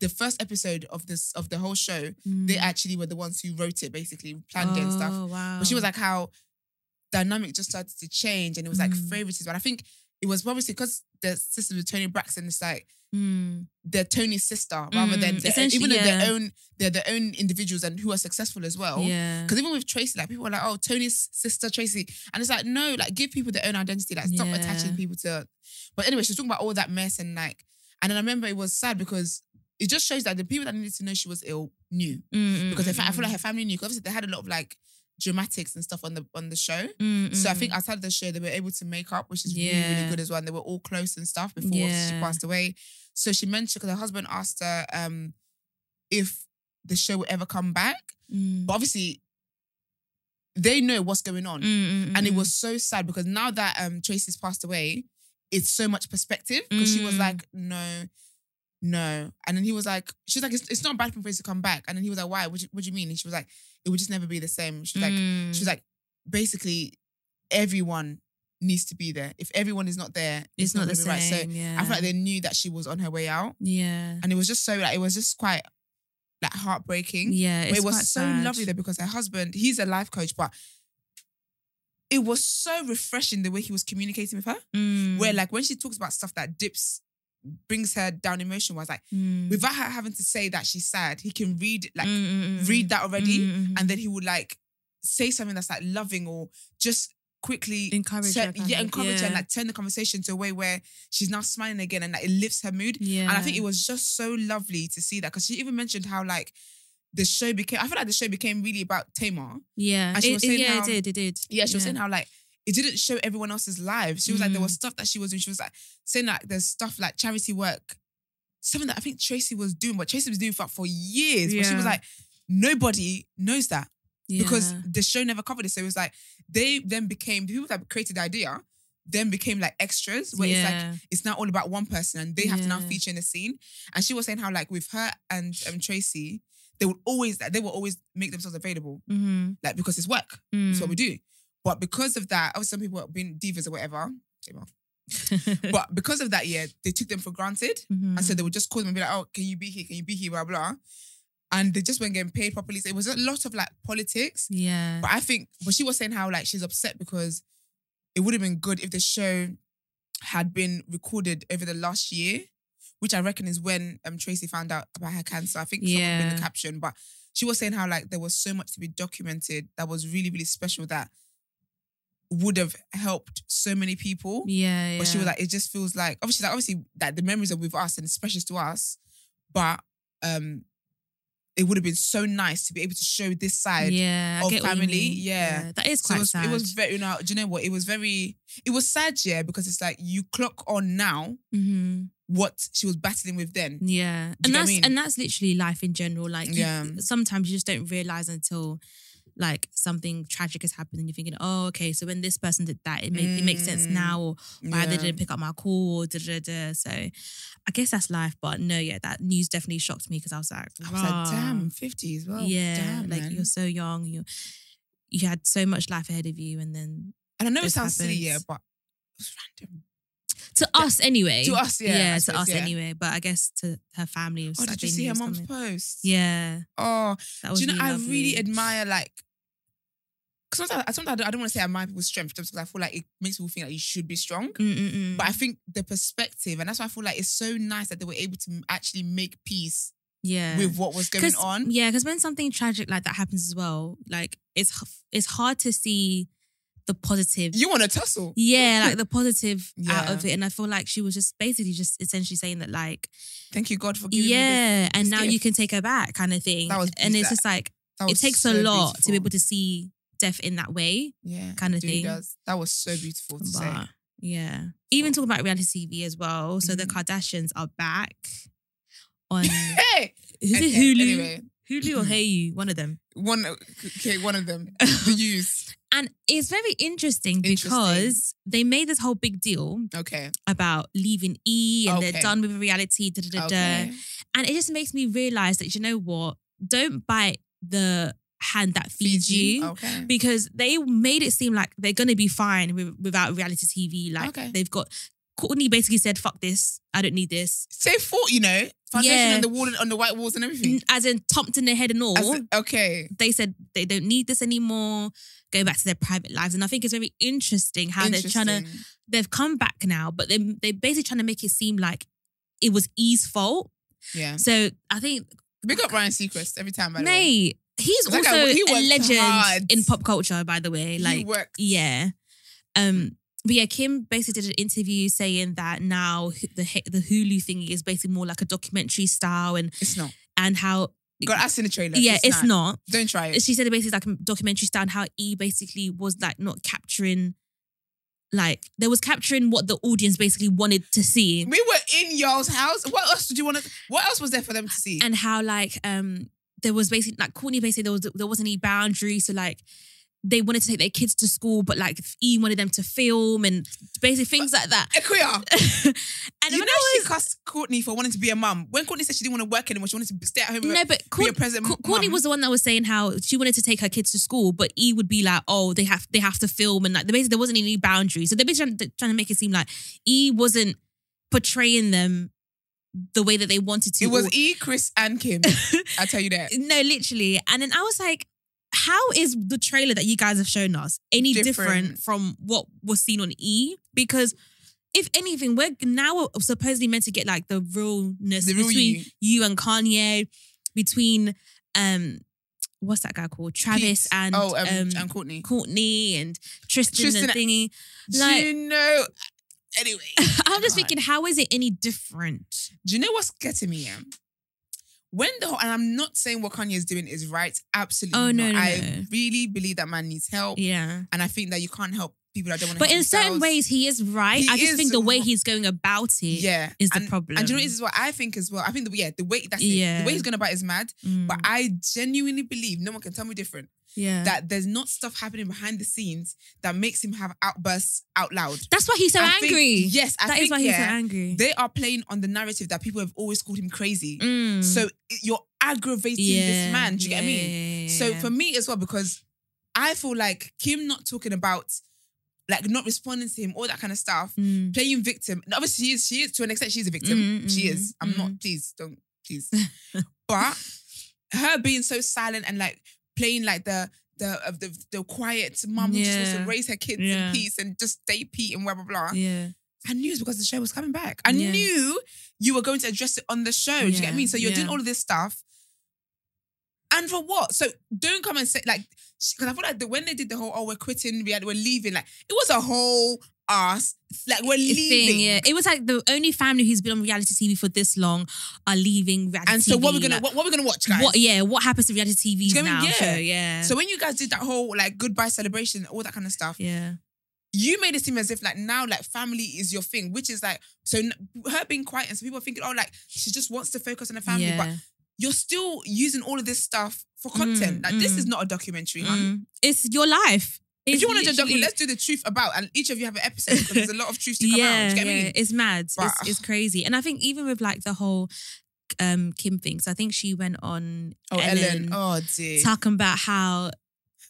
[SPEAKER 2] The first episode of this of the whole show, they
[SPEAKER 1] Mm.
[SPEAKER 2] actually were the ones who wrote it, basically planned it and stuff.
[SPEAKER 1] Oh, Wow.
[SPEAKER 2] But she was like, how dynamic just started to change and it was like
[SPEAKER 1] Mm.
[SPEAKER 2] favoritism. But I think it was obviously because the sisters with Tony Braxton, it's like
[SPEAKER 1] Mm.
[SPEAKER 2] they're Tony's sister rather than
[SPEAKER 1] Mm,
[SPEAKER 2] their,
[SPEAKER 1] essentially,
[SPEAKER 2] even though
[SPEAKER 1] yeah.
[SPEAKER 2] their own they're their own individuals and who are successful as well.
[SPEAKER 1] Yeah.
[SPEAKER 2] Because even with Tracy, like people are like, oh, Tony's sister Tracy. And it's like, no, like give people their own identity. Like stop
[SPEAKER 1] Yeah.
[SPEAKER 2] attaching people to. But anyway, she was talking about all that mess and like, and then I remember it was sad because it just shows that the people that needed to know she was ill knew.
[SPEAKER 1] Mm,
[SPEAKER 2] Because
[SPEAKER 1] mm,
[SPEAKER 2] in fact, I feel
[SPEAKER 1] mm,
[SPEAKER 2] like her family knew. 'Cause obviously they had a lot of like dramatics and stuff on the on the show.
[SPEAKER 1] mm,
[SPEAKER 2] So I
[SPEAKER 1] mm.
[SPEAKER 2] think outside of the show, they were able to make up, which is really,
[SPEAKER 1] Yeah.
[SPEAKER 2] really good as well. And they were all close and stuff before she
[SPEAKER 1] Yeah.
[SPEAKER 2] passed away. So she mentioned because her husband asked her um, if the show would ever come back.
[SPEAKER 1] Mm.
[SPEAKER 2] But obviously, they know what's going on.
[SPEAKER 1] Mm, mm, mm,
[SPEAKER 2] And it
[SPEAKER 1] mm.
[SPEAKER 2] was so sad because now that um, Tracy's passed away, it's so much perspective because she was
[SPEAKER 1] Mm.
[SPEAKER 2] like, no, no. And then he was like, she was like, it's, it's not a bad thing for us to come back. And then he was like, why? What do, you, what do you mean? And she was like, it would just never be the same. She was like,
[SPEAKER 1] Mm.
[SPEAKER 2] she was like, basically, everyone needs to be there. If everyone is not there,
[SPEAKER 1] it's, not, the
[SPEAKER 2] gonna
[SPEAKER 1] same.
[SPEAKER 2] be right. So
[SPEAKER 1] yeah.
[SPEAKER 2] I feel like they knew that she was on her way out,
[SPEAKER 1] yeah.
[SPEAKER 2] and it was just so like it was just quite like heartbreaking.
[SPEAKER 1] Yeah.
[SPEAKER 2] But
[SPEAKER 1] It's
[SPEAKER 2] it was
[SPEAKER 1] quite
[SPEAKER 2] so
[SPEAKER 1] sad.
[SPEAKER 2] lovely though because her husband, he's a life coach, but it was so refreshing the way he was communicating with her.
[SPEAKER 1] Mm,
[SPEAKER 2] Where like when she talks about stuff that dips, brings her down emotion, was like
[SPEAKER 1] mm,
[SPEAKER 2] without her having to say that she's sad, he can read like
[SPEAKER 1] mm, mm, mm,
[SPEAKER 2] read
[SPEAKER 1] mm,
[SPEAKER 2] that already
[SPEAKER 1] mm, mm,
[SPEAKER 2] and then he would like say something that's like loving or just quickly
[SPEAKER 1] Encourage
[SPEAKER 2] turn-
[SPEAKER 1] her, kind
[SPEAKER 2] yeah,
[SPEAKER 1] of.
[SPEAKER 2] encourage her
[SPEAKER 1] Yeah.
[SPEAKER 2] and like turn the conversation to a way where she's now smiling again and like it lifts her mood.
[SPEAKER 1] yeah.
[SPEAKER 2] And I think it was just so lovely to see that because she even mentioned how like the show became. I feel like the show became really about Tamar.
[SPEAKER 1] yeah.
[SPEAKER 2] and she
[SPEAKER 1] it,
[SPEAKER 2] was
[SPEAKER 1] it-
[SPEAKER 2] saying
[SPEAKER 1] yeah,
[SPEAKER 2] how-
[SPEAKER 1] it did. It did.
[SPEAKER 2] Yeah, she was saying how like. It didn't show everyone else's lives. She was like, there was
[SPEAKER 1] Mm.
[SPEAKER 2] stuff that she was doing. She was like saying like there's stuff like charity work, something that I think Tracy was doing, but Tracy was doing for, for years. But she was
[SPEAKER 1] Yeah.
[SPEAKER 2] like, nobody knows that because
[SPEAKER 1] Yeah.
[SPEAKER 2] the show never covered it. So it was like they then became the people that created the idea, then became like extras where it's like
[SPEAKER 1] Yeah.
[SPEAKER 2] it's now all about one person and they have to now
[SPEAKER 1] Yeah.
[SPEAKER 2] feature in the scene. And she was saying how like with her and um, Tracy, they would always they will always make themselves available
[SPEAKER 1] Mhm,
[SPEAKER 2] like because it's work, it's what we do. But because of that, obviously some people have been divas or whatever. shame on.
[SPEAKER 1] mm. Mm-hmm.
[SPEAKER 2] But because of that, yeah, they took them for granted. And so they would just call them and be like, oh, can you be here? Can you be here? Blah, blah. And they just weren't getting paid properly. So it was a lot of like politics.
[SPEAKER 1] yeah.
[SPEAKER 2] But I think, but she was saying how like she's upset because it would have been good if the show had been recorded over the last year, which I reckon is when um Tracy found out about her cancer. I think someone put in
[SPEAKER 1] Yeah.
[SPEAKER 2] the caption, but she was saying how like there was so much to be documented that was really really special that would have helped so many people.
[SPEAKER 1] yeah. Yeah.
[SPEAKER 2] But she was like, it just feels like obviously like obviously that the memories are with us and it's precious to us, but um. It would have been so nice to be able to show this side
[SPEAKER 1] yeah, I
[SPEAKER 2] of
[SPEAKER 1] get what you
[SPEAKER 2] family,
[SPEAKER 1] mean.
[SPEAKER 2] yeah.
[SPEAKER 1] That is
[SPEAKER 2] so
[SPEAKER 1] quite
[SPEAKER 2] it was,
[SPEAKER 1] sad.
[SPEAKER 2] It was very, you know, do you know what? It was very, it was sad, yeah, because it's like you clock on now
[SPEAKER 1] Mhm.
[SPEAKER 2] what she was battling with then.
[SPEAKER 1] Yeah,
[SPEAKER 2] Do
[SPEAKER 1] and
[SPEAKER 2] you get what I
[SPEAKER 1] that's
[SPEAKER 2] mean?
[SPEAKER 1] and that's literally life in general. Like, you-
[SPEAKER 2] Yeah.
[SPEAKER 1] sometimes you just don't realize until like something tragic has happened, and you're thinking, "Oh, okay, so when this person did that, it, make, it makes sense
[SPEAKER 2] Mm.
[SPEAKER 1] now." Or why they
[SPEAKER 2] Yeah.
[SPEAKER 1] didn't pick up my call, or da da da. So, I guess that's life. But no, yeah, that news definitely shocked me because I was like,
[SPEAKER 2] I was like,
[SPEAKER 1] "Rah."
[SPEAKER 2] damn, 50 as well.
[SPEAKER 1] Ah. yeah,
[SPEAKER 2] damn,
[SPEAKER 1] like
[SPEAKER 2] man.
[SPEAKER 1] you're so young, you you had so much life ahead of you, and then
[SPEAKER 2] And I know it
[SPEAKER 1] this
[SPEAKER 2] sounds silly, yeah,
[SPEAKER 1] happens.
[SPEAKER 2] but it's random.
[SPEAKER 1] to us anyway,
[SPEAKER 2] To us, yeah, I
[SPEAKER 1] yeah,
[SPEAKER 2] suppose,
[SPEAKER 1] to us
[SPEAKER 2] yeah.
[SPEAKER 1] anyway. But I guess to her family, it was
[SPEAKER 2] Oh,
[SPEAKER 1] like
[SPEAKER 2] did you
[SPEAKER 1] they
[SPEAKER 2] see
[SPEAKER 1] knew it
[SPEAKER 2] her
[SPEAKER 1] was
[SPEAKER 2] mom's
[SPEAKER 1] coming.
[SPEAKER 2] post?
[SPEAKER 1] Yeah,
[SPEAKER 2] Oh,
[SPEAKER 1] that
[SPEAKER 2] do
[SPEAKER 1] was
[SPEAKER 2] you know,
[SPEAKER 1] really
[SPEAKER 2] I
[SPEAKER 1] lovely.
[SPEAKER 2] really admire, like, because sometimes, I- sometimes I don't, I don't want to say I admire people's strength just because I feel like it makes people think that you should be strong.
[SPEAKER 1] Mm-mm-mm.
[SPEAKER 2] But I think the perspective, and that's why I feel like it's so nice that they were able to actually make peace
[SPEAKER 1] yeah.
[SPEAKER 2] with what was going
[SPEAKER 1] 'Cause-
[SPEAKER 2] on.
[SPEAKER 1] Yeah, because when something tragic like that happens as well, like it's h- it's hard to see the positive.
[SPEAKER 2] You want to tussle.
[SPEAKER 1] yeah, like the positive out
[SPEAKER 2] Yeah.
[SPEAKER 1] of it, and I feel like she was just basically just essentially saying that like,
[SPEAKER 2] Thank you, God, for giving me this.
[SPEAKER 1] yeah, and
[SPEAKER 2] this
[SPEAKER 1] now you
[SPEAKER 2] gift.
[SPEAKER 1] can take her back, kind of thing.
[SPEAKER 2] That was
[SPEAKER 1] and it's
[SPEAKER 2] beautiful.
[SPEAKER 1] just like
[SPEAKER 2] That
[SPEAKER 1] it
[SPEAKER 2] was
[SPEAKER 1] takes
[SPEAKER 2] so
[SPEAKER 1] a lot to be
[SPEAKER 2] beautiful.
[SPEAKER 1] able to see death in that way.
[SPEAKER 2] yeah,
[SPEAKER 1] kinda
[SPEAKER 2] it really
[SPEAKER 1] thing.
[SPEAKER 2] Does. That was so beautiful to say.
[SPEAKER 1] But, yeah, even talking about reality TV as well. So the
[SPEAKER 2] Mhm.
[SPEAKER 1] Kardashians are back on is
[SPEAKER 2] Hey,
[SPEAKER 1] it
[SPEAKER 2] Okay,
[SPEAKER 1] Hulu,
[SPEAKER 2] Anyway,
[SPEAKER 1] Hulu or Hey You, one of them.
[SPEAKER 2] one okay, one of them, the use.
[SPEAKER 1] And it's very interesting
[SPEAKER 2] Interesting.
[SPEAKER 1] because they made this whole big deal
[SPEAKER 2] Okay,
[SPEAKER 1] about leaving E and
[SPEAKER 2] Okay.
[SPEAKER 1] they're done with reality, da, da, da, da.
[SPEAKER 2] okay,
[SPEAKER 1] And it just makes me realize that, you know what? Don't bite the hand that feeds
[SPEAKER 2] Fiji,
[SPEAKER 1] you.
[SPEAKER 2] Okay,
[SPEAKER 1] Because they made it seem like they're going to be fine with, without reality TV. Like
[SPEAKER 2] Okay.
[SPEAKER 1] they've got, Courtney basically said, fuck this. I don't need this.
[SPEAKER 2] say fault. You know, Foundation
[SPEAKER 1] Yeah.
[SPEAKER 2] on the wall and on the white walls and everything.
[SPEAKER 1] Mm. as in thumped in the head and all.
[SPEAKER 2] As- okay.
[SPEAKER 1] they said they don't need this anymore. Go back to their private lives, and I think it's very interesting how they're trying to.
[SPEAKER 2] Interesting.
[SPEAKER 1] They've come back now, but they they're basically trying to make it seem like it was E's fault.
[SPEAKER 2] Yeah.
[SPEAKER 1] So I think
[SPEAKER 2] Big up Ryan Seacrest every time. By the way.
[SPEAKER 1] Nay, he's
[SPEAKER 2] That
[SPEAKER 1] also
[SPEAKER 2] guy- he
[SPEAKER 1] a
[SPEAKER 2] worked
[SPEAKER 1] legend
[SPEAKER 2] hard.
[SPEAKER 1] in pop culture, by the way.
[SPEAKER 2] he
[SPEAKER 1] Like,
[SPEAKER 2] worked.
[SPEAKER 1] yeah. Um, but yeah, Kim basically did an interview saying that now the the Hulu thingy is basically more like a documentary style, and
[SPEAKER 2] It's not.
[SPEAKER 1] and how
[SPEAKER 2] God, I've seen the trailer.
[SPEAKER 1] yeah, it's, not.
[SPEAKER 2] Don't try it.
[SPEAKER 1] She said it basically like a documentary style, and how E basically was like not capturing, like there was capturing what the audience basically wanted to see.
[SPEAKER 2] We were in y'all's house. What else did you want to? What else was there for them to see?
[SPEAKER 1] and how like um there was basically like Courtney basically there was there wasn't any boundary so like they wanted to take their kids to school but like E wanted them to film and basically things like that
[SPEAKER 2] Equia,
[SPEAKER 1] and
[SPEAKER 2] you
[SPEAKER 1] when
[SPEAKER 2] know
[SPEAKER 1] I
[SPEAKER 2] she
[SPEAKER 1] was
[SPEAKER 2] cussed Courtney for wanting to be a mum. When Courtney said she didn't want to work anymore, she wanted to stay at home.
[SPEAKER 1] no but
[SPEAKER 2] be a
[SPEAKER 1] Court,
[SPEAKER 2] present
[SPEAKER 1] Co- Courtney
[SPEAKER 2] mum.
[SPEAKER 1] was the one that was saying how she wanted to take her kids to school but E would be like oh they have they have to film and like basically there wasn't any boundaries so they're basically trying, trying to make it seem like E wasn't portraying them the way that they wanted to
[SPEAKER 2] It was
[SPEAKER 1] or-
[SPEAKER 2] E, Chris, and Kim. I tell you that.
[SPEAKER 1] No, literally. And then I was like, how is the trailer that you guys have shown us any different,
[SPEAKER 2] Different.
[SPEAKER 1] from what was seen on E? Because if anything, we're now supposedly meant to get like the realness
[SPEAKER 2] The real E,
[SPEAKER 1] between
[SPEAKER 2] you.
[SPEAKER 1] you. and Kanye, between um, what's that guy called? Travis
[SPEAKER 2] Pete.
[SPEAKER 1] and
[SPEAKER 2] oh, um,
[SPEAKER 1] um,
[SPEAKER 2] and Courtney.
[SPEAKER 1] Courtney and Tristan,
[SPEAKER 2] Tristan-
[SPEAKER 1] and thingy.
[SPEAKER 2] do you
[SPEAKER 1] like-
[SPEAKER 2] know? Anyway,
[SPEAKER 1] I'm just
[SPEAKER 2] God.
[SPEAKER 1] thinking, how is it any different?
[SPEAKER 2] Do you know what's getting me? Yeah? When the whole, and I'm not saying what Kanye is doing is right. Absolutely.
[SPEAKER 1] Oh, no,
[SPEAKER 2] not.
[SPEAKER 1] no,
[SPEAKER 2] I
[SPEAKER 1] no.
[SPEAKER 2] really believe that man needs help,
[SPEAKER 1] Yeah.
[SPEAKER 2] Oh, and I think that you can't help people that don't want to.
[SPEAKER 1] But in certain ways, he is right.
[SPEAKER 2] He
[SPEAKER 1] I just
[SPEAKER 2] is
[SPEAKER 1] think the way
[SPEAKER 2] r-
[SPEAKER 1] he's going about it.
[SPEAKER 2] yeah,
[SPEAKER 1] is the
[SPEAKER 2] and,
[SPEAKER 1] problem.
[SPEAKER 2] And do you know what it is as well? I think as well. I think the, yeah, the way that's it.
[SPEAKER 1] Yeah.
[SPEAKER 2] The way he's going about it is mad.
[SPEAKER 1] Mm.
[SPEAKER 2] But I genuinely believe no one can tell me different.
[SPEAKER 1] yeah.
[SPEAKER 2] That there's not stuff happening behind the scenes that makes him have outbursts out loud.
[SPEAKER 1] That's why he's so
[SPEAKER 2] I think-
[SPEAKER 1] angry.
[SPEAKER 2] yes, I
[SPEAKER 1] That is
[SPEAKER 2] think,
[SPEAKER 1] why he's so
[SPEAKER 2] yeah,
[SPEAKER 1] angry.
[SPEAKER 2] They are playing on the narrative that people have always called him crazy.
[SPEAKER 1] Mm.
[SPEAKER 2] So it- you're aggravating
[SPEAKER 1] Yeah,
[SPEAKER 2] this man. Do you get what I
[SPEAKER 1] yeah,
[SPEAKER 2] mean?
[SPEAKER 1] yeah, yeah,
[SPEAKER 2] So
[SPEAKER 1] yeah.
[SPEAKER 2] for me as well, because I feel like Kim not talking about, like not responding to him, all that kind of stuff,
[SPEAKER 1] Mm.
[SPEAKER 2] playing victim. And obviously, she is. She is to an extent. She's a victim.
[SPEAKER 1] Mhm,
[SPEAKER 2] she
[SPEAKER 1] mhm,
[SPEAKER 2] is. I'm not. Please don't. Please. but her being so silent and like playing like the. The, of the the quiet mum who just wants to
[SPEAKER 1] Yeah.
[SPEAKER 2] raise her kids
[SPEAKER 1] Yeah.
[SPEAKER 2] in peace and just stay Pete and blah blah blah.
[SPEAKER 1] yeah,
[SPEAKER 2] I knew it's because the show was coming back. I
[SPEAKER 1] Yeah.
[SPEAKER 2] knew you were going to address it on the show. Do you get
[SPEAKER 1] Yeah,
[SPEAKER 2] me? So you're doing
[SPEAKER 1] yeah.
[SPEAKER 2] all of this stuff. And for what? So don't come and say, like, because I feel like the, when they did the whole, oh, we're quitting, we had, we're leaving, like, it was a whole ass, like, we're leaving.
[SPEAKER 1] thing. Yeah, it was like the only family who's been on reality TV for this long are leaving reality.
[SPEAKER 2] And so what
[SPEAKER 1] TV,
[SPEAKER 2] we're gonna
[SPEAKER 1] like,
[SPEAKER 2] what, what we're gonna watch, guys?
[SPEAKER 1] What? Yeah, what happens to reality TV
[SPEAKER 2] Do you know what I
[SPEAKER 1] now?
[SPEAKER 2] mean?
[SPEAKER 1] show,
[SPEAKER 2] Yeah.
[SPEAKER 1] yeah.
[SPEAKER 2] So when you guys did that whole like goodbye celebration, all that kind of stuff,
[SPEAKER 1] yeah,
[SPEAKER 2] you made it seem as if like now like family is your thing, which is like so n- her being quiet and so people are thinking, oh, like she just wants to focus on the family,
[SPEAKER 1] yeah.
[SPEAKER 2] but you're still using all of this stuff for content.
[SPEAKER 1] Mm,
[SPEAKER 2] like this
[SPEAKER 1] mm.
[SPEAKER 2] is not a documentary. hun.
[SPEAKER 1] Mm. it's your life.
[SPEAKER 2] If
[SPEAKER 1] It's
[SPEAKER 2] you want to do a
[SPEAKER 1] literally-
[SPEAKER 2] documentary, let's do the truth about, and each of you have an episode because there's a lot of truth to come
[SPEAKER 1] yeah,
[SPEAKER 2] out. Do you get
[SPEAKER 1] yeah,
[SPEAKER 2] me?
[SPEAKER 1] it's mad. It's-
[SPEAKER 2] But-
[SPEAKER 1] it's, crazy. And I think even with like the whole um Kim thing, so I think she went on
[SPEAKER 2] Oh, Ellen. Oh dear.
[SPEAKER 1] talking about how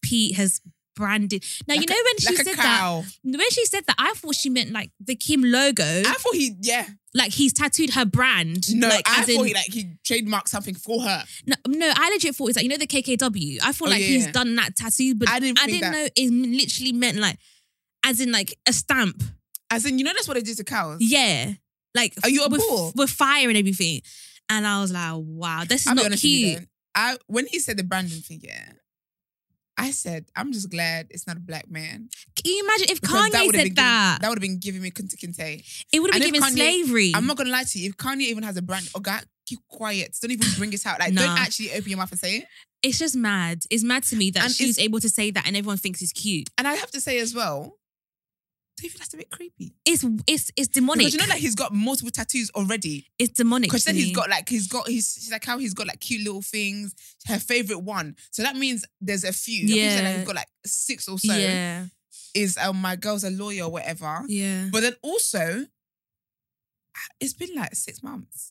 [SPEAKER 1] Pete has branded. Now
[SPEAKER 2] Like
[SPEAKER 1] you know when she
[SPEAKER 2] like a
[SPEAKER 1] said that,
[SPEAKER 2] cow.
[SPEAKER 1] when she said that, I thought she meant like the Kim logo,
[SPEAKER 2] I thought he, yeah,
[SPEAKER 1] like he's tattooed her brand.
[SPEAKER 2] no,
[SPEAKER 1] like,
[SPEAKER 2] I
[SPEAKER 1] as
[SPEAKER 2] thought
[SPEAKER 1] in-
[SPEAKER 2] he like he trademarked something for her.
[SPEAKER 1] no, no, I legit thought it's like you know the KKW. I thought
[SPEAKER 2] Oh,
[SPEAKER 1] like
[SPEAKER 2] yeah,
[SPEAKER 1] he's
[SPEAKER 2] yeah.
[SPEAKER 1] done that tattoo, but
[SPEAKER 2] I didn't think that.
[SPEAKER 1] know it literally meant like as in like a stamp.
[SPEAKER 2] As in, you know, that's what they do to cows.
[SPEAKER 1] Yeah, like
[SPEAKER 2] Are you a
[SPEAKER 1] with,
[SPEAKER 2] bull?
[SPEAKER 1] with fire and everything. And I was like, wow, this is
[SPEAKER 2] I'll be
[SPEAKER 1] not
[SPEAKER 2] honest with you.
[SPEAKER 1] cute.
[SPEAKER 2] though. I when he said the branding thing, yeah, I said I'm just glad it's not a black man.
[SPEAKER 1] Can you imagine if
[SPEAKER 2] Because
[SPEAKER 1] Kanye
[SPEAKER 2] would've been
[SPEAKER 1] saeen
[SPEAKER 2] giving-
[SPEAKER 1] that?
[SPEAKER 2] that would have been giving me kunta kinte.
[SPEAKER 1] it would have
[SPEAKER 2] and
[SPEAKER 1] been
[SPEAKER 2] if
[SPEAKER 1] given
[SPEAKER 2] Kanye-
[SPEAKER 1] slavery.
[SPEAKER 2] I'm not gonna lie to you. If Kanye even has a brand, oh God, keep quiet. Don't even bring it out. Like,
[SPEAKER 1] Nah.
[SPEAKER 2] don't actually open your mouth and say it.
[SPEAKER 1] it's just mad. It's mad to me that
[SPEAKER 2] And
[SPEAKER 1] she's able to say that and everyone thinks it's cute.
[SPEAKER 2] And I have to say as well, do you think that's a bit creepy?
[SPEAKER 1] It's it's it's demonic.
[SPEAKER 2] Because you know, like he's got multiple tattoos already.
[SPEAKER 1] it's demonic.
[SPEAKER 2] Because
[SPEAKER 1] to
[SPEAKER 2] then he's
[SPEAKER 1] me.
[SPEAKER 2] got like he's got he's she's like how he's got like cute little things. Her favorite one. So that means there's a few. Yeah. Like,
[SPEAKER 1] Yeah.
[SPEAKER 2] he's got like six or so.
[SPEAKER 1] yeah,
[SPEAKER 2] Is um my girl's a lawyer or whatever.
[SPEAKER 1] yeah.
[SPEAKER 2] But then also, it's been like six months.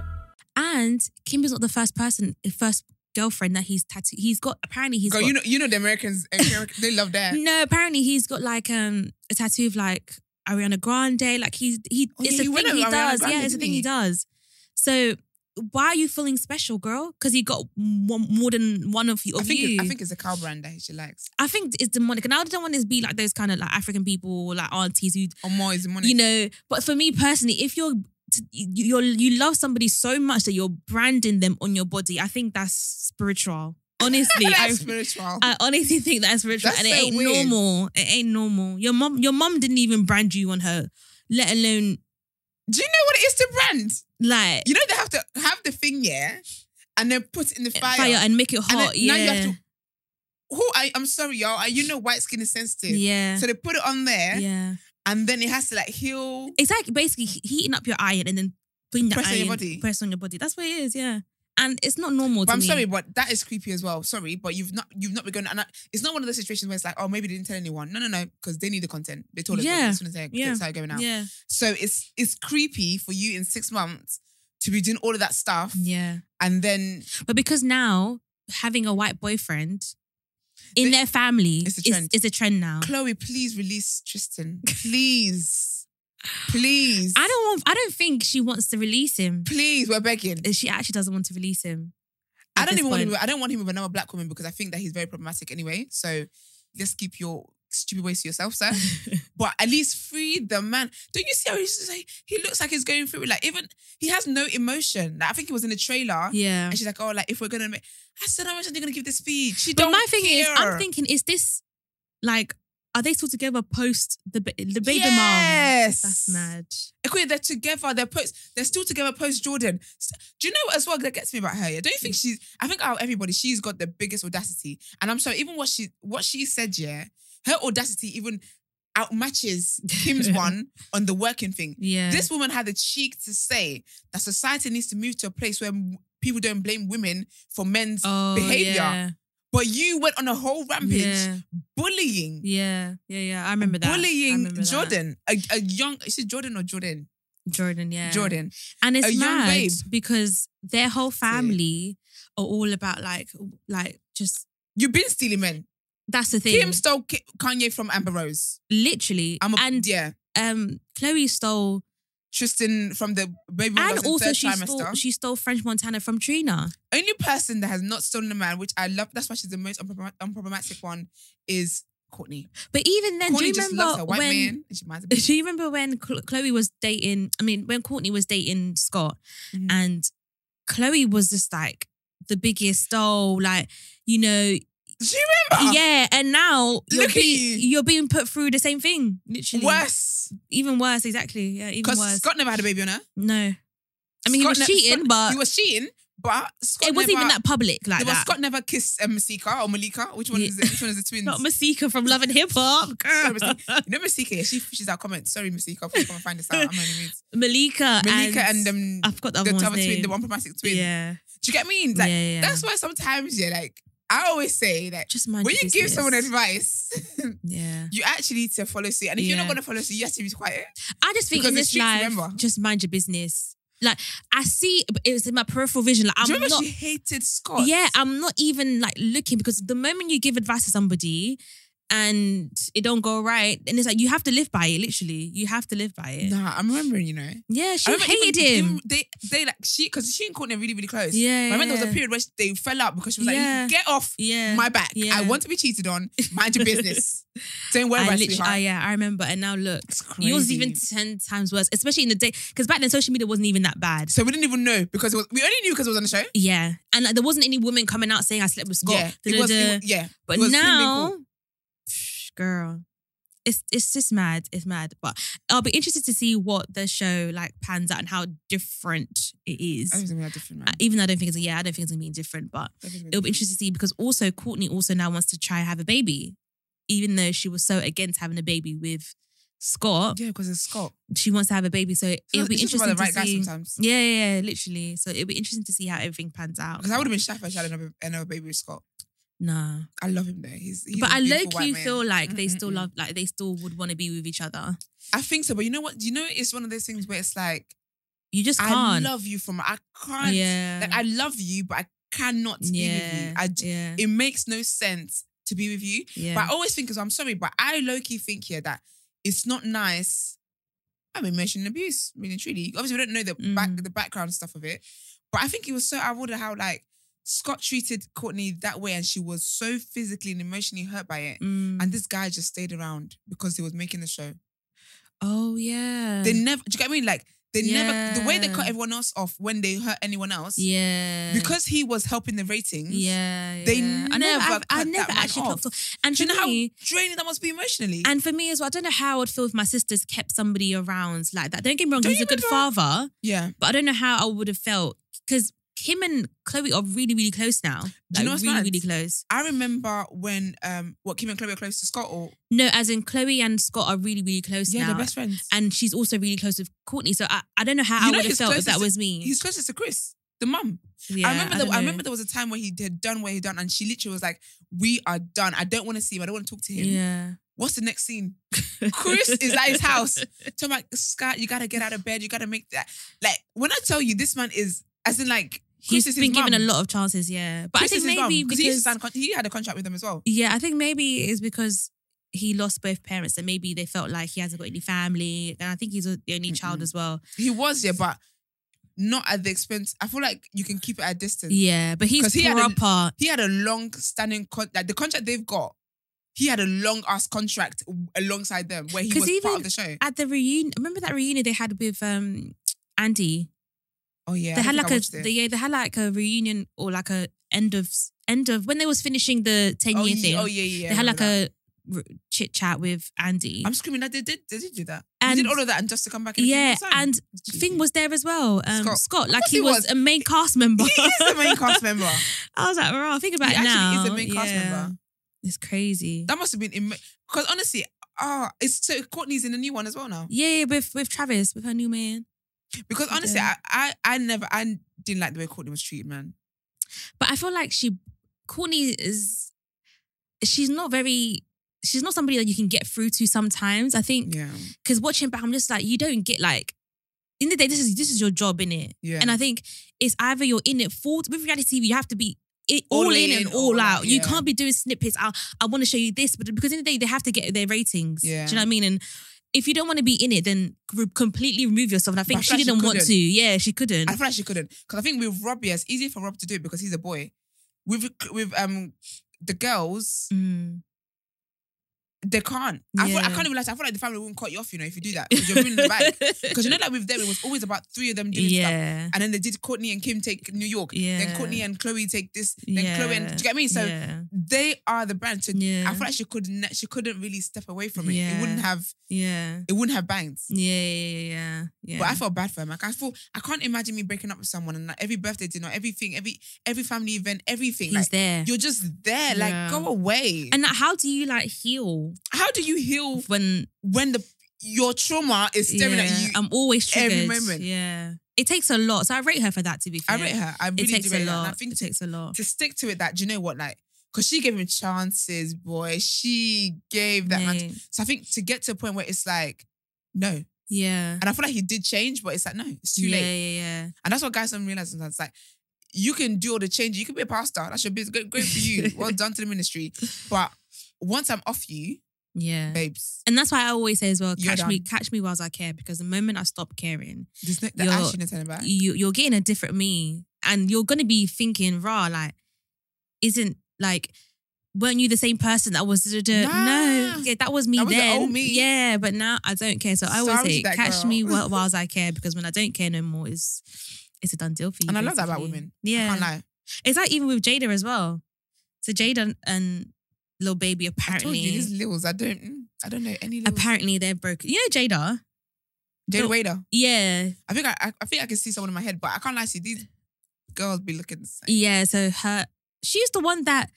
[SPEAKER 1] And Kim is not the first person, first girlfriend that he's tattooed. He's got apparently he's
[SPEAKER 2] Girl,
[SPEAKER 1] got,
[SPEAKER 2] you know, you know the Americans, they love that.
[SPEAKER 1] no apparently he's got like um a tattoo of like Ariana Grande. Like he's he
[SPEAKER 2] Oh,
[SPEAKER 1] it's
[SPEAKER 2] yeah, he
[SPEAKER 1] a
[SPEAKER 2] went
[SPEAKER 1] thing
[SPEAKER 2] with
[SPEAKER 1] he
[SPEAKER 2] Ariana
[SPEAKER 1] does.
[SPEAKER 2] Grande,
[SPEAKER 1] yeah, it's a
[SPEAKER 2] didn't
[SPEAKER 1] thing
[SPEAKER 2] he?
[SPEAKER 1] he does. So why are you feeling special, girl? Because he got one, more than one of you.
[SPEAKER 2] I
[SPEAKER 1] Of
[SPEAKER 2] think
[SPEAKER 1] you.
[SPEAKER 2] It, I think it's a cow brand that she likes.
[SPEAKER 1] I think it's demonic, and I don't want to be like those kind of like African people, or like aunties who
[SPEAKER 2] Or more is the money.
[SPEAKER 1] you know but for me personally if you're t- you- you're you love somebody so much that you're branding them on your body i think that's spiritual honestly
[SPEAKER 2] that's
[SPEAKER 1] I,
[SPEAKER 2] spiritual.
[SPEAKER 1] I honestly think that's spiritual
[SPEAKER 2] That's
[SPEAKER 1] and it
[SPEAKER 2] so
[SPEAKER 1] ain't
[SPEAKER 2] weird.
[SPEAKER 1] normal it ain't normal your mom your mom didn't even brand you on her let alone
[SPEAKER 2] Do you know what it is to brand?
[SPEAKER 1] like
[SPEAKER 2] You know they have to have the thing, yeah, and then put it in the fire.
[SPEAKER 1] fire, and make it
[SPEAKER 2] And then
[SPEAKER 1] hot yeah
[SPEAKER 2] now you have to. Who I, I'm sorry, y'all. And you know white skin is sensitive.
[SPEAKER 1] yeah
[SPEAKER 2] So they put it on there,
[SPEAKER 1] yeah
[SPEAKER 2] and then it has to like heal.
[SPEAKER 1] exactly basically he- heating up your iron and then putting the
[SPEAKER 2] Press on your
[SPEAKER 1] iron
[SPEAKER 2] body.
[SPEAKER 1] press on your body that's what it is yeah and it's not normal
[SPEAKER 2] But
[SPEAKER 1] to
[SPEAKER 2] I'm
[SPEAKER 1] me.
[SPEAKER 2] sorry, but that is creepy as well. Sorry, but you've not you've not been going. And I, it's not one of those situations where it's like, oh, maybe they didn't tell anyone. No, no, no, because they need the content. They told us
[SPEAKER 1] Yeah.
[SPEAKER 2] as soon as they
[SPEAKER 1] Yeah.
[SPEAKER 2] they started going out.
[SPEAKER 1] yeah
[SPEAKER 2] So it's it's creepy for you in six months to be doing all of that stuff,
[SPEAKER 1] yeah
[SPEAKER 2] and then
[SPEAKER 1] But because now having a white boyfriend in
[SPEAKER 2] They-
[SPEAKER 1] their family
[SPEAKER 2] It's a
[SPEAKER 1] is,
[SPEAKER 2] trend.
[SPEAKER 1] is a trend now.
[SPEAKER 2] Chloe, please release Tristan, please, please.
[SPEAKER 1] I don't want. I don't think she wants to release him.
[SPEAKER 2] Please, we're begging.
[SPEAKER 1] She actually doesn't want to release him.
[SPEAKER 2] I
[SPEAKER 1] at
[SPEAKER 2] don't
[SPEAKER 1] this
[SPEAKER 2] even want him.
[SPEAKER 1] point.
[SPEAKER 2] with- I don't want him with another black woman because I think that he's very problematic anyway. So let's keep your stupid ways to yourself, sir. but at least free the man. Don't you see how he's just like, he looks like he's going through it? Like even he has no emotion. Like I think he was in the trailer.
[SPEAKER 1] Yeah.
[SPEAKER 2] And she's like, oh, like if we're gonna make, I said, how much are they gonna give this speech? She
[SPEAKER 1] But
[SPEAKER 2] don't
[SPEAKER 1] my thing is,
[SPEAKER 2] care.
[SPEAKER 1] I'm thinking, is this like, are they still together post the ba- the baby
[SPEAKER 2] Yes.
[SPEAKER 1] mom? That's mad.
[SPEAKER 2] Equia, they're together. They're post. They're still together post Jordan. S- Do you know what as well that gets me about her? Yeah, don't you think she's? I think out of everybody, she's got the biggest audacity. And I'm sorry, even what she what she said, yeah, her audacity even outmatches Kim's one on the working thing.
[SPEAKER 1] Yeah.
[SPEAKER 2] This woman had the cheek to say that society needs to move to a place where m- people don't blame women for men's
[SPEAKER 1] oh,
[SPEAKER 2] behavior.
[SPEAKER 1] Yeah.
[SPEAKER 2] But you went on a whole rampage
[SPEAKER 1] Yeah.
[SPEAKER 2] bullying.
[SPEAKER 1] Yeah. Yeah. Yeah. I remember that. I
[SPEAKER 2] Bullying
[SPEAKER 1] remember that.
[SPEAKER 2] Jordan, A, a young, is it Jordan or Jordan?
[SPEAKER 1] Jordan. Yeah.
[SPEAKER 2] Jordan.
[SPEAKER 1] And it's
[SPEAKER 2] a young
[SPEAKER 1] mad
[SPEAKER 2] babe.
[SPEAKER 1] because their whole
[SPEAKER 2] it.
[SPEAKER 1] family are all about like like just
[SPEAKER 2] You've been stealing men.
[SPEAKER 1] that's the thing.
[SPEAKER 2] Kim stole Ki- Kanye from Amber Rose.
[SPEAKER 1] Literally.
[SPEAKER 2] I'm a,
[SPEAKER 1] and
[SPEAKER 2] yeah,
[SPEAKER 1] um Chloe stole
[SPEAKER 2] Tristan from the baby. when I was
[SPEAKER 1] and
[SPEAKER 2] in
[SPEAKER 1] also
[SPEAKER 2] third
[SPEAKER 1] she
[SPEAKER 2] trimester.
[SPEAKER 1] stole she stole French Montana from Trina.
[SPEAKER 2] Only person that has not stolen a man, which I love. That's why she's the most unproblem- unproblematic one, is Courtney.
[SPEAKER 1] But even then, do
[SPEAKER 2] Courtney
[SPEAKER 1] you
[SPEAKER 2] just
[SPEAKER 1] remember
[SPEAKER 2] loves her white
[SPEAKER 1] when
[SPEAKER 2] man, and she minds a bitch.
[SPEAKER 1] do you remember when Cl- Chloe was dating I mean when Courtney was dating Scott
[SPEAKER 2] Mhm.
[SPEAKER 1] and Chloe was just like the biggest doll, like, you know,
[SPEAKER 2] Do you remember?
[SPEAKER 1] yeah, and now you're,
[SPEAKER 2] Uh-uh. Look at
[SPEAKER 1] being,
[SPEAKER 2] you.
[SPEAKER 1] are being put through the same thing, literally.
[SPEAKER 2] worse
[SPEAKER 1] Even worse, exactly. Yeah, even
[SPEAKER 2] because
[SPEAKER 1] worse.
[SPEAKER 2] Scott never had a baby on her.
[SPEAKER 1] no. I mean, he was
[SPEAKER 2] Scott ne-
[SPEAKER 1] cheating,
[SPEAKER 2] Scott-
[SPEAKER 1] but
[SPEAKER 2] he was cheating, but Scott
[SPEAKER 1] it wasn't
[SPEAKER 2] never,
[SPEAKER 1] even that public like
[SPEAKER 2] no, but
[SPEAKER 1] that.
[SPEAKER 2] Scott never kissed um, Masika or Malika. Which one
[SPEAKER 1] Yeah.
[SPEAKER 2] is it? Which one is the twins?
[SPEAKER 1] Not Masika from Love and Hip Hop.
[SPEAKER 2] Sorry,
[SPEAKER 1] girl.
[SPEAKER 2] Masika. You know Masika, yeah, she fishes out comments. Sorry, Masika, please come and find this out. I'm only means.
[SPEAKER 1] Malika,
[SPEAKER 2] Malika and, um,
[SPEAKER 1] I've got the
[SPEAKER 2] the
[SPEAKER 1] other
[SPEAKER 2] other
[SPEAKER 1] one's
[SPEAKER 2] twin,
[SPEAKER 1] name.
[SPEAKER 2] the one problematic twin.
[SPEAKER 1] Yeah,
[SPEAKER 2] Do you get me? Like
[SPEAKER 1] Yeah, yeah, yeah.
[SPEAKER 2] that's why sometimes yeah, like I always say that
[SPEAKER 1] just mind
[SPEAKER 2] when
[SPEAKER 1] your
[SPEAKER 2] you give
[SPEAKER 1] business.
[SPEAKER 2] someone advice,
[SPEAKER 1] Yeah,
[SPEAKER 2] you actually need to follow suit. And if you're not
[SPEAKER 1] Yeah.
[SPEAKER 2] gonna follow suit, you have to be quiet.
[SPEAKER 1] I just think
[SPEAKER 2] Because
[SPEAKER 1] in
[SPEAKER 2] the
[SPEAKER 1] this
[SPEAKER 2] streets
[SPEAKER 1] life,
[SPEAKER 2] remember.
[SPEAKER 1] just mind your business. Like I see, it was in my peripheral vision. Like I'm
[SPEAKER 2] Do you remember
[SPEAKER 1] not.
[SPEAKER 2] she hated Scott?
[SPEAKER 1] Yeah, I'm not even like looking because the moment you give advice to somebody and it don't go right, and it's like you have to live by it. Literally, you have to live by it.
[SPEAKER 2] Nah, I'm remembering, you know.
[SPEAKER 1] Yeah,
[SPEAKER 2] I
[SPEAKER 1] she
[SPEAKER 2] remember even
[SPEAKER 1] hated
[SPEAKER 2] them-
[SPEAKER 1] him.
[SPEAKER 2] They, they like she because she and Courtney are really, really close.
[SPEAKER 1] Yeah,
[SPEAKER 2] But I remember there was
[SPEAKER 1] yeah.
[SPEAKER 2] a period where she- they fell out because she was
[SPEAKER 1] Yeah.
[SPEAKER 2] like, "Get off
[SPEAKER 1] Yeah,
[SPEAKER 2] my back!
[SPEAKER 1] Yeah.
[SPEAKER 2] I want to be cheated on. Mind your business. Don't worry
[SPEAKER 1] I
[SPEAKER 2] about it,
[SPEAKER 1] literally,
[SPEAKER 2] sweetheart."
[SPEAKER 1] ah, yeah, I remember. And now look,
[SPEAKER 2] That's
[SPEAKER 1] yours is even
[SPEAKER 2] crazy.
[SPEAKER 1] ten times worse, especially in the day because back then social media wasn't even that bad.
[SPEAKER 2] So we didn't even know because it was, we only knew because it was on the show.
[SPEAKER 1] Yeah, and like, there wasn't any woman coming out saying I slept with Scott.
[SPEAKER 2] Yeah, it was, it
[SPEAKER 1] Da-da-da.
[SPEAKER 2] was- yeah.
[SPEAKER 1] but
[SPEAKER 2] it was him being
[SPEAKER 1] now, psh, girl, it's it's just mad. It's mad. But I'll be interested to see what the show like pans out and how different it
[SPEAKER 2] I think
[SPEAKER 1] is.
[SPEAKER 2] it's gonna be that different,
[SPEAKER 1] Uh,
[SPEAKER 2] man.
[SPEAKER 1] Even though I don't think it's yeah, I don't think it's gonna be different, but it'll be interesting to see because also Courtney also now wants to try have a baby, even though she was so against having a baby with Scott.
[SPEAKER 2] Yeah, because it's Scott.
[SPEAKER 1] She wants to have a baby, so it'll be
[SPEAKER 2] it's just
[SPEAKER 1] interesting
[SPEAKER 2] about the right
[SPEAKER 1] to
[SPEAKER 2] guy
[SPEAKER 1] see.
[SPEAKER 2] sometimes.
[SPEAKER 1] Yeah, yeah, yeah, literally. So it'll be interesting to see how everything pans out.
[SPEAKER 2] Because I would have been shocked if I had another, another baby with Scott.
[SPEAKER 1] nah.
[SPEAKER 2] I love him though. He's, he's
[SPEAKER 1] but
[SPEAKER 2] a
[SPEAKER 1] I low
[SPEAKER 2] beautiful white
[SPEAKER 1] key
[SPEAKER 2] man.
[SPEAKER 1] feel like they
[SPEAKER 2] Mm,
[SPEAKER 1] still
[SPEAKER 2] mm, mm.
[SPEAKER 1] love, like they still would want to be with each other.
[SPEAKER 2] I think so, but you know what? You know, it's one of those things where it's like
[SPEAKER 1] You just
[SPEAKER 2] I
[SPEAKER 1] can't.
[SPEAKER 2] love you from I can't.
[SPEAKER 1] Yeah.
[SPEAKER 2] Like I love you, but I cannot be with you.
[SPEAKER 1] yeah,
[SPEAKER 2] I j-
[SPEAKER 1] yeah,
[SPEAKER 2] It makes no sense to be with you.
[SPEAKER 1] yeah.
[SPEAKER 2] But I always think, because I'm sorry, but I low key think here that it's not nice. I'm emotional abuse, really and truly. Obviously, we don't know the back
[SPEAKER 1] Mm.
[SPEAKER 2] the background stuff of it, but I think it was so. I wonder how like Scott treated Courtney that way, and she was so physically and emotionally hurt by it.
[SPEAKER 1] Mm.
[SPEAKER 2] And this guy just stayed around because he was making the show.
[SPEAKER 1] oh yeah,
[SPEAKER 2] They never, do you get what I mean? Like they never, the way they
[SPEAKER 1] Yeah.
[SPEAKER 2] cut everyone else off when they hurt anyone else,
[SPEAKER 1] yeah,
[SPEAKER 2] because he was helping the ratings.
[SPEAKER 1] yeah,
[SPEAKER 2] they
[SPEAKER 1] yeah. I
[SPEAKER 2] never
[SPEAKER 1] I've- I
[SPEAKER 2] cut
[SPEAKER 1] never
[SPEAKER 2] that man
[SPEAKER 1] actually
[SPEAKER 2] off.
[SPEAKER 1] clocked off. And
[SPEAKER 2] Do you
[SPEAKER 1] for
[SPEAKER 2] know how
[SPEAKER 1] me,
[SPEAKER 2] draining that must be emotionally?
[SPEAKER 1] and for me as well, I don't know how I would feel if my sisters kept somebody around like that. Don't get me wrong,
[SPEAKER 2] Don't
[SPEAKER 1] he's
[SPEAKER 2] you
[SPEAKER 1] a good
[SPEAKER 2] remember-
[SPEAKER 1] father,
[SPEAKER 2] yeah.
[SPEAKER 1] but I don't know how I would have felt because Kim and Chloe are really, really close now. Like,
[SPEAKER 2] know what's
[SPEAKER 1] really,
[SPEAKER 2] mad?
[SPEAKER 1] really close.
[SPEAKER 2] I remember when um what Kim and Chloe were close to Scott or
[SPEAKER 1] No, as in Chloe and Scott are really, really close now.
[SPEAKER 2] friends.
[SPEAKER 1] and she's also really close with Courtney. So I, I don't know how
[SPEAKER 2] You
[SPEAKER 1] I
[SPEAKER 2] know
[SPEAKER 1] would have
[SPEAKER 2] he's
[SPEAKER 1] felt if
[SPEAKER 2] closest
[SPEAKER 1] that
[SPEAKER 2] to-
[SPEAKER 1] was me.
[SPEAKER 2] He's closest to Chris, the mum.
[SPEAKER 1] yeah,
[SPEAKER 2] I remember.
[SPEAKER 1] don't
[SPEAKER 2] there, I
[SPEAKER 1] know.
[SPEAKER 2] remember there was a time where he had done what he done, and she literally was like, "We are done. I don't want to see him. I don't want to talk to him.
[SPEAKER 1] Yeah.
[SPEAKER 2] What's the next scene? Chris is at his house. So I'm like, Scott, you gotta get out of bed. You gotta make that. Like when I tell you, this man is as in like Chris
[SPEAKER 1] He's
[SPEAKER 2] is
[SPEAKER 1] been
[SPEAKER 2] his
[SPEAKER 1] given
[SPEAKER 2] mum.
[SPEAKER 1] a lot of chances, yeah. But
[SPEAKER 2] Chris
[SPEAKER 1] I
[SPEAKER 2] is his
[SPEAKER 1] think
[SPEAKER 2] mum,
[SPEAKER 1] maybe
[SPEAKER 2] he, used to
[SPEAKER 1] because
[SPEAKER 2] sign con- he had a contract with them as well.
[SPEAKER 1] yeah, I think maybe it's because he lost both parents, and maybe they felt like he hasn't got any family, and I think he's the only child
[SPEAKER 2] Mm-mm.
[SPEAKER 1] as well.
[SPEAKER 2] He was yeah, but not at the expense. I feel like you can keep it at distance.
[SPEAKER 1] Yeah, but
[SPEAKER 2] 'Cause
[SPEAKER 1] he's
[SPEAKER 2] he had a-
[SPEAKER 1] proper.
[SPEAKER 2] he had a long standing contract. Like the contract they've got, he had a long ass contract alongside them where he
[SPEAKER 1] 'Cause
[SPEAKER 2] was part
[SPEAKER 1] even-
[SPEAKER 2] of the show.
[SPEAKER 1] At the reunion, remember that reunion they had with um Andy?
[SPEAKER 2] Oh yeah,
[SPEAKER 1] they
[SPEAKER 2] I
[SPEAKER 1] had
[SPEAKER 2] think
[SPEAKER 1] like
[SPEAKER 2] I
[SPEAKER 1] a
[SPEAKER 2] watched it.
[SPEAKER 1] they, yeah, they had like a reunion or like a end of end of when they was finishing the ten
[SPEAKER 2] oh,
[SPEAKER 1] year
[SPEAKER 2] yeah,
[SPEAKER 1] thing.
[SPEAKER 2] oh yeah, yeah.
[SPEAKER 1] they had like
[SPEAKER 2] i
[SPEAKER 1] a chit chat with Andy.
[SPEAKER 2] I'm screaming that they did they did do that.
[SPEAKER 1] And-
[SPEAKER 2] they did all of that and just to come back. In a few
[SPEAKER 1] yeah,
[SPEAKER 2] months' time.
[SPEAKER 1] and
[SPEAKER 2] It's cheeky.
[SPEAKER 1] Thing was there as well. Um,
[SPEAKER 2] Scott.
[SPEAKER 1] Scott.
[SPEAKER 2] Of
[SPEAKER 1] like
[SPEAKER 2] course
[SPEAKER 1] he
[SPEAKER 2] he
[SPEAKER 1] was.
[SPEAKER 2] was.
[SPEAKER 1] a main cast member.
[SPEAKER 2] he is the main cast member.
[SPEAKER 1] I was like, well, think about
[SPEAKER 2] He
[SPEAKER 1] it
[SPEAKER 2] actually
[SPEAKER 1] now.
[SPEAKER 2] is the main cast
[SPEAKER 1] Yeah.
[SPEAKER 2] member.
[SPEAKER 1] It's crazy.
[SPEAKER 2] That must have been because honestly, ah, it's so Courtney's in the new one as well now.
[SPEAKER 1] yeah, yeah, with with Travis, with her new man.
[SPEAKER 2] Because honestly,
[SPEAKER 1] Yeah.
[SPEAKER 2] I, I I never I didn't like the way Courtney was treated, man.
[SPEAKER 1] But I feel like she, Courtney is, she's not very. She's not somebody that you can get through to sometimes. I think
[SPEAKER 2] Yeah,
[SPEAKER 1] because watching back, I'm just like, you don't get like, in the day, this is this is your job in it,
[SPEAKER 2] yeah.
[SPEAKER 1] and I think it's either you're in it full with reality TV, you have to be it, all,
[SPEAKER 2] All
[SPEAKER 1] in,
[SPEAKER 2] in,
[SPEAKER 1] and all,
[SPEAKER 2] all
[SPEAKER 1] out.
[SPEAKER 2] out,
[SPEAKER 1] You
[SPEAKER 2] yeah.
[SPEAKER 1] can't be doing snippets. I I want to show you this, but because in the day they have to get their ratings.
[SPEAKER 2] Yeah.
[SPEAKER 1] Do you know what I mean? And if you don't want to be in it, then re- completely remove yourself. And I think
[SPEAKER 2] I
[SPEAKER 1] she
[SPEAKER 2] feel like she
[SPEAKER 1] didn't want
[SPEAKER 2] couldn't.
[SPEAKER 1] to. Yeah, she couldn't.
[SPEAKER 2] I feel like she couldn't because I think with Robbie, it's easier for Rob to do it because he's a boy. With with um the girls,
[SPEAKER 1] Mm.
[SPEAKER 2] they can't. I, feel, I
[SPEAKER 1] Yeah.
[SPEAKER 2] can't even lie. to you, I feel like the family won't cut you off, you know, if you do that because you're ruining the bag. Because you know, like with them, it was always about three of them doing stuff.
[SPEAKER 1] yeah.
[SPEAKER 2] And then they did Courtney and Kim take New York. Then
[SPEAKER 1] Yeah.
[SPEAKER 2] Courtney and Chloe take this. Then
[SPEAKER 1] Yeah.
[SPEAKER 2] Chloe and do you get what I mean? So
[SPEAKER 1] yeah.
[SPEAKER 2] they are the brand. So
[SPEAKER 1] Yeah.
[SPEAKER 2] I feel like she couldn't she couldn't really step away from it. It
[SPEAKER 1] Yeah.
[SPEAKER 2] wouldn't have
[SPEAKER 1] yeah.
[SPEAKER 2] it wouldn't have bangs.
[SPEAKER 1] Yeah, yeah, yeah, yeah, yeah.
[SPEAKER 2] But I felt bad for him. Like I feel I can't imagine me breaking up with someone and like every birthday dinner, everything, every every family event, everything.
[SPEAKER 1] he's
[SPEAKER 2] like,
[SPEAKER 1] there.
[SPEAKER 2] You're just there. Like
[SPEAKER 1] Yeah.
[SPEAKER 2] go away. And
[SPEAKER 1] And like, how do you like heal
[SPEAKER 2] how do you heal
[SPEAKER 1] when
[SPEAKER 2] when the your trauma is staring
[SPEAKER 1] Yeah,
[SPEAKER 2] at you?
[SPEAKER 1] I'm always triggered.
[SPEAKER 2] every moment.
[SPEAKER 1] Yeah. It takes a lot. So I rate her for that to be fair.
[SPEAKER 2] I rate her. I really
[SPEAKER 1] It takes
[SPEAKER 2] do rate
[SPEAKER 1] a
[SPEAKER 2] her. And I
[SPEAKER 1] lot.
[SPEAKER 2] think
[SPEAKER 1] It
[SPEAKER 2] to,
[SPEAKER 1] takes a lot.
[SPEAKER 2] to stick to it that do you know what? Like, cause she gave him chances, boy. She gave that man.
[SPEAKER 1] Mate.
[SPEAKER 2] So I think to get to a point where it's like, no.
[SPEAKER 1] Yeah.
[SPEAKER 2] And I feel like he did change, but it's like, no, it's too
[SPEAKER 1] yeah,
[SPEAKER 2] late.
[SPEAKER 1] yeah,
[SPEAKER 2] And that's what guys don't realize sometimes. Like, you can do all the change. You can be a pastor. That's your business. Great, great for you. well done to the ministry. But once I'm off you,
[SPEAKER 1] yeah. Yeah.
[SPEAKER 2] babes,
[SPEAKER 1] And that's why I always say as well,
[SPEAKER 2] You're
[SPEAKER 1] catch me,
[SPEAKER 2] done.
[SPEAKER 1] catch me whilst I care, because the moment I stop caring,
[SPEAKER 2] there's no, the
[SPEAKER 1] You're-
[SPEAKER 2] action is turning back.
[SPEAKER 1] you you're getting a different me. And you're gonna be thinking, rah, like, isn't like weren't you the same person that was da-da-da?"
[SPEAKER 2] Nah.
[SPEAKER 1] no yeah, that was me
[SPEAKER 2] That was the
[SPEAKER 1] then
[SPEAKER 2] old me.
[SPEAKER 1] yeah but now I don't care so I always
[SPEAKER 2] Sorry to
[SPEAKER 1] say
[SPEAKER 2] that
[SPEAKER 1] catch
[SPEAKER 2] girl.
[SPEAKER 1] me while, whilst I care because when I don't care no more is it's a done deal for you
[SPEAKER 2] And I love that about
[SPEAKER 1] basically.
[SPEAKER 2] women. I
[SPEAKER 1] yeah
[SPEAKER 2] can't lie.
[SPEAKER 1] It's like even with Jada as well. So Jada and Lil Baby
[SPEAKER 2] I told
[SPEAKER 1] apparently.
[SPEAKER 2] you, these lils, I don't. mm. I don't know any. Little,
[SPEAKER 1] Apparently they're broken. You know Jada?
[SPEAKER 2] Jada Waiter.
[SPEAKER 1] Yeah.
[SPEAKER 2] I think I, I, I think I can see someone in my head, but I can't lie to you. These girls be looking the same.
[SPEAKER 1] Yeah, so her she's the one that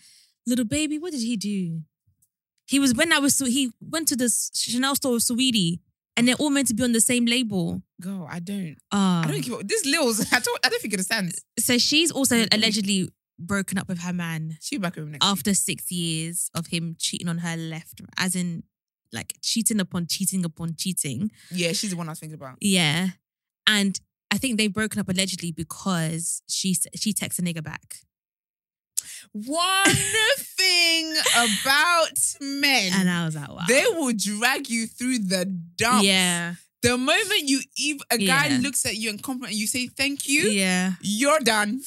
[SPEAKER 1] little baby, what did he do? He was when I was he went to the Chanel store with Sweetie and they're all meant to be on the same label.
[SPEAKER 2] Girl, I don't.
[SPEAKER 1] Uh,
[SPEAKER 2] I don't give These Lils, I don't, I don't think it understands.
[SPEAKER 1] so she's also
[SPEAKER 2] Mm-hmm.
[SPEAKER 1] allegedly broken up with her man
[SPEAKER 2] She'll be back with him next
[SPEAKER 1] after six years of him cheating on her left, as in like cheating upon cheating upon cheating.
[SPEAKER 2] week. Yeah, she's the one I was thinking about.
[SPEAKER 1] Yeah. And I think they've broken up allegedly because she s- she texts a nigga back.
[SPEAKER 2] One thing about men.
[SPEAKER 1] And I was like, wow.
[SPEAKER 2] They will drag you through the dumps.
[SPEAKER 1] yeah.
[SPEAKER 2] The moment you even a guy
[SPEAKER 1] Yeah.
[SPEAKER 2] looks at you and compliment you, say thank you,
[SPEAKER 1] Yeah.
[SPEAKER 2] you're done.